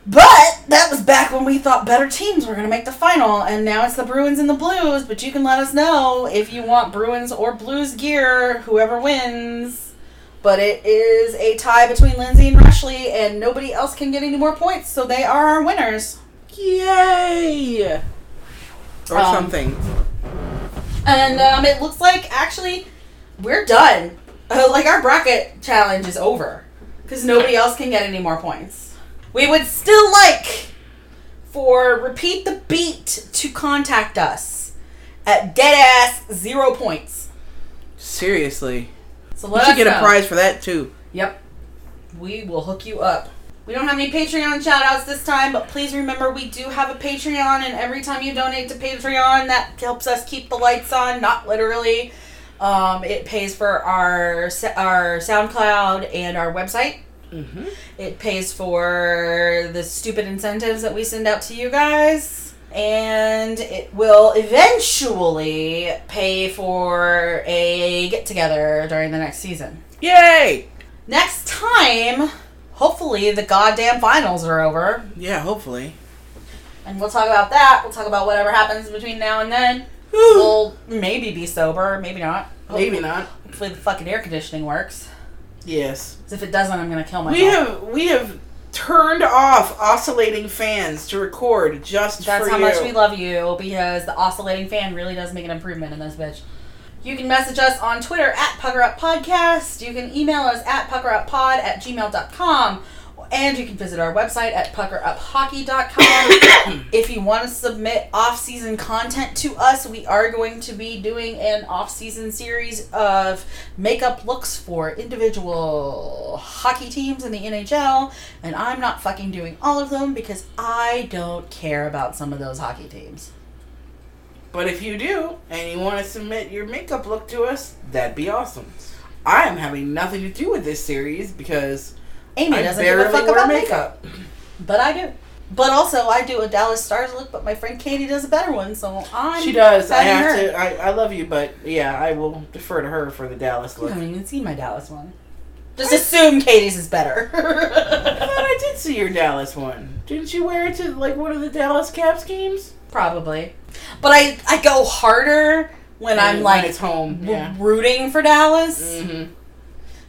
Speaker 1: But that was back when we thought better teams were going to make the final, and now it's the Bruins and the Blues. But you can let us know if you want Bruins or Blues gear, whoever wins. But it is a tie between Lindsay and Rushley, and nobody else can get any more points, so they are our winners.
Speaker 2: Yay! Or
Speaker 1: Um,
Speaker 2: something.
Speaker 1: And um, it looks like actually we're done. Uh, like our bracket challenge is over because nobody else can get any more points. We would still like for repeat the beat to contact us at dead ass zero points.
Speaker 2: Seriously.
Speaker 1: So
Speaker 2: You
Speaker 1: let
Speaker 2: should
Speaker 1: us
Speaker 2: get
Speaker 1: know.
Speaker 2: a prize for that too.
Speaker 1: Yep, we will hook you up. We don't have any Patreon shout outs this time, but please remember we do have a Patreon, and every time you donate to Patreon, that helps us keep the lights on. Not literally, um, it pays for our s- our SoundCloud and our website.
Speaker 2: Mm-hmm.
Speaker 1: It pays for the stupid incentives that we send out to you guys. And it will eventually pay for a get together during the next season.
Speaker 2: Yay!
Speaker 1: Next time, hopefully, the goddamn finals are over.
Speaker 2: Yeah, hopefully.
Speaker 1: And we'll talk about that. We'll talk about whatever happens between now and then. We'll maybe be sober, maybe not.
Speaker 2: Maybe not.
Speaker 1: Hopefully, the fucking air conditioning works.
Speaker 2: Yes.
Speaker 1: 'Cause if it doesn't, I'm gonna kill myself.
Speaker 2: We have we have turned off oscillating fans to record just
Speaker 1: That's
Speaker 2: for
Speaker 1: how
Speaker 2: you.
Speaker 1: much we love you because the oscillating fan really does make an improvement in this bitch. You can message us on Twitter at Pucker Up Podcast. You can email us at puckeruppod at gmail.com. And you can visit our website at puckeruphockey.com. (coughs) if you want to submit off season content to us, we are going to be doing an off season series of makeup looks for individual hockey teams in the NHL. And I'm not fucking doing all of them because I don't care about some of those hockey teams.
Speaker 2: but if you do and you want to submit your makeup look to us, that'd be awesome. I am having nothing to do with this series because
Speaker 1: Amy
Speaker 2: I
Speaker 1: doesn't give
Speaker 2: barely
Speaker 1: a fuck
Speaker 2: wear
Speaker 1: about makeup.
Speaker 2: makeup.
Speaker 1: But I do. But also, I do a Dallas Stars look, but my friend Katie does a better one, so I'm.
Speaker 2: She does. I
Speaker 1: patting
Speaker 2: have
Speaker 1: her.
Speaker 2: to. I, I love you, but yeah, I will defer to her for the Dallas
Speaker 1: You
Speaker 2: look.
Speaker 1: haven't even seen my Dallas one. Just assume Katie's is better.
Speaker 2: I thought I did see your Dallas one. Didn't you wear it to like one of the Dallas Caps games?
Speaker 1: (laughs) Probably. But I, I go harder when I'm
Speaker 2: When
Speaker 1: like
Speaker 2: it's home.
Speaker 1: r-
Speaker 2: Yeah.
Speaker 1: rooting for Dallas
Speaker 2: Mm-hmm.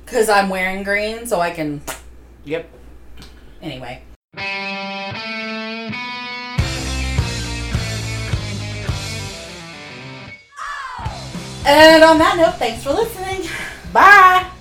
Speaker 1: because I'm wearing green, so I can.
Speaker 2: Yep.
Speaker 1: Anyway. And on that note, thanks for listening.
Speaker 2: Bye.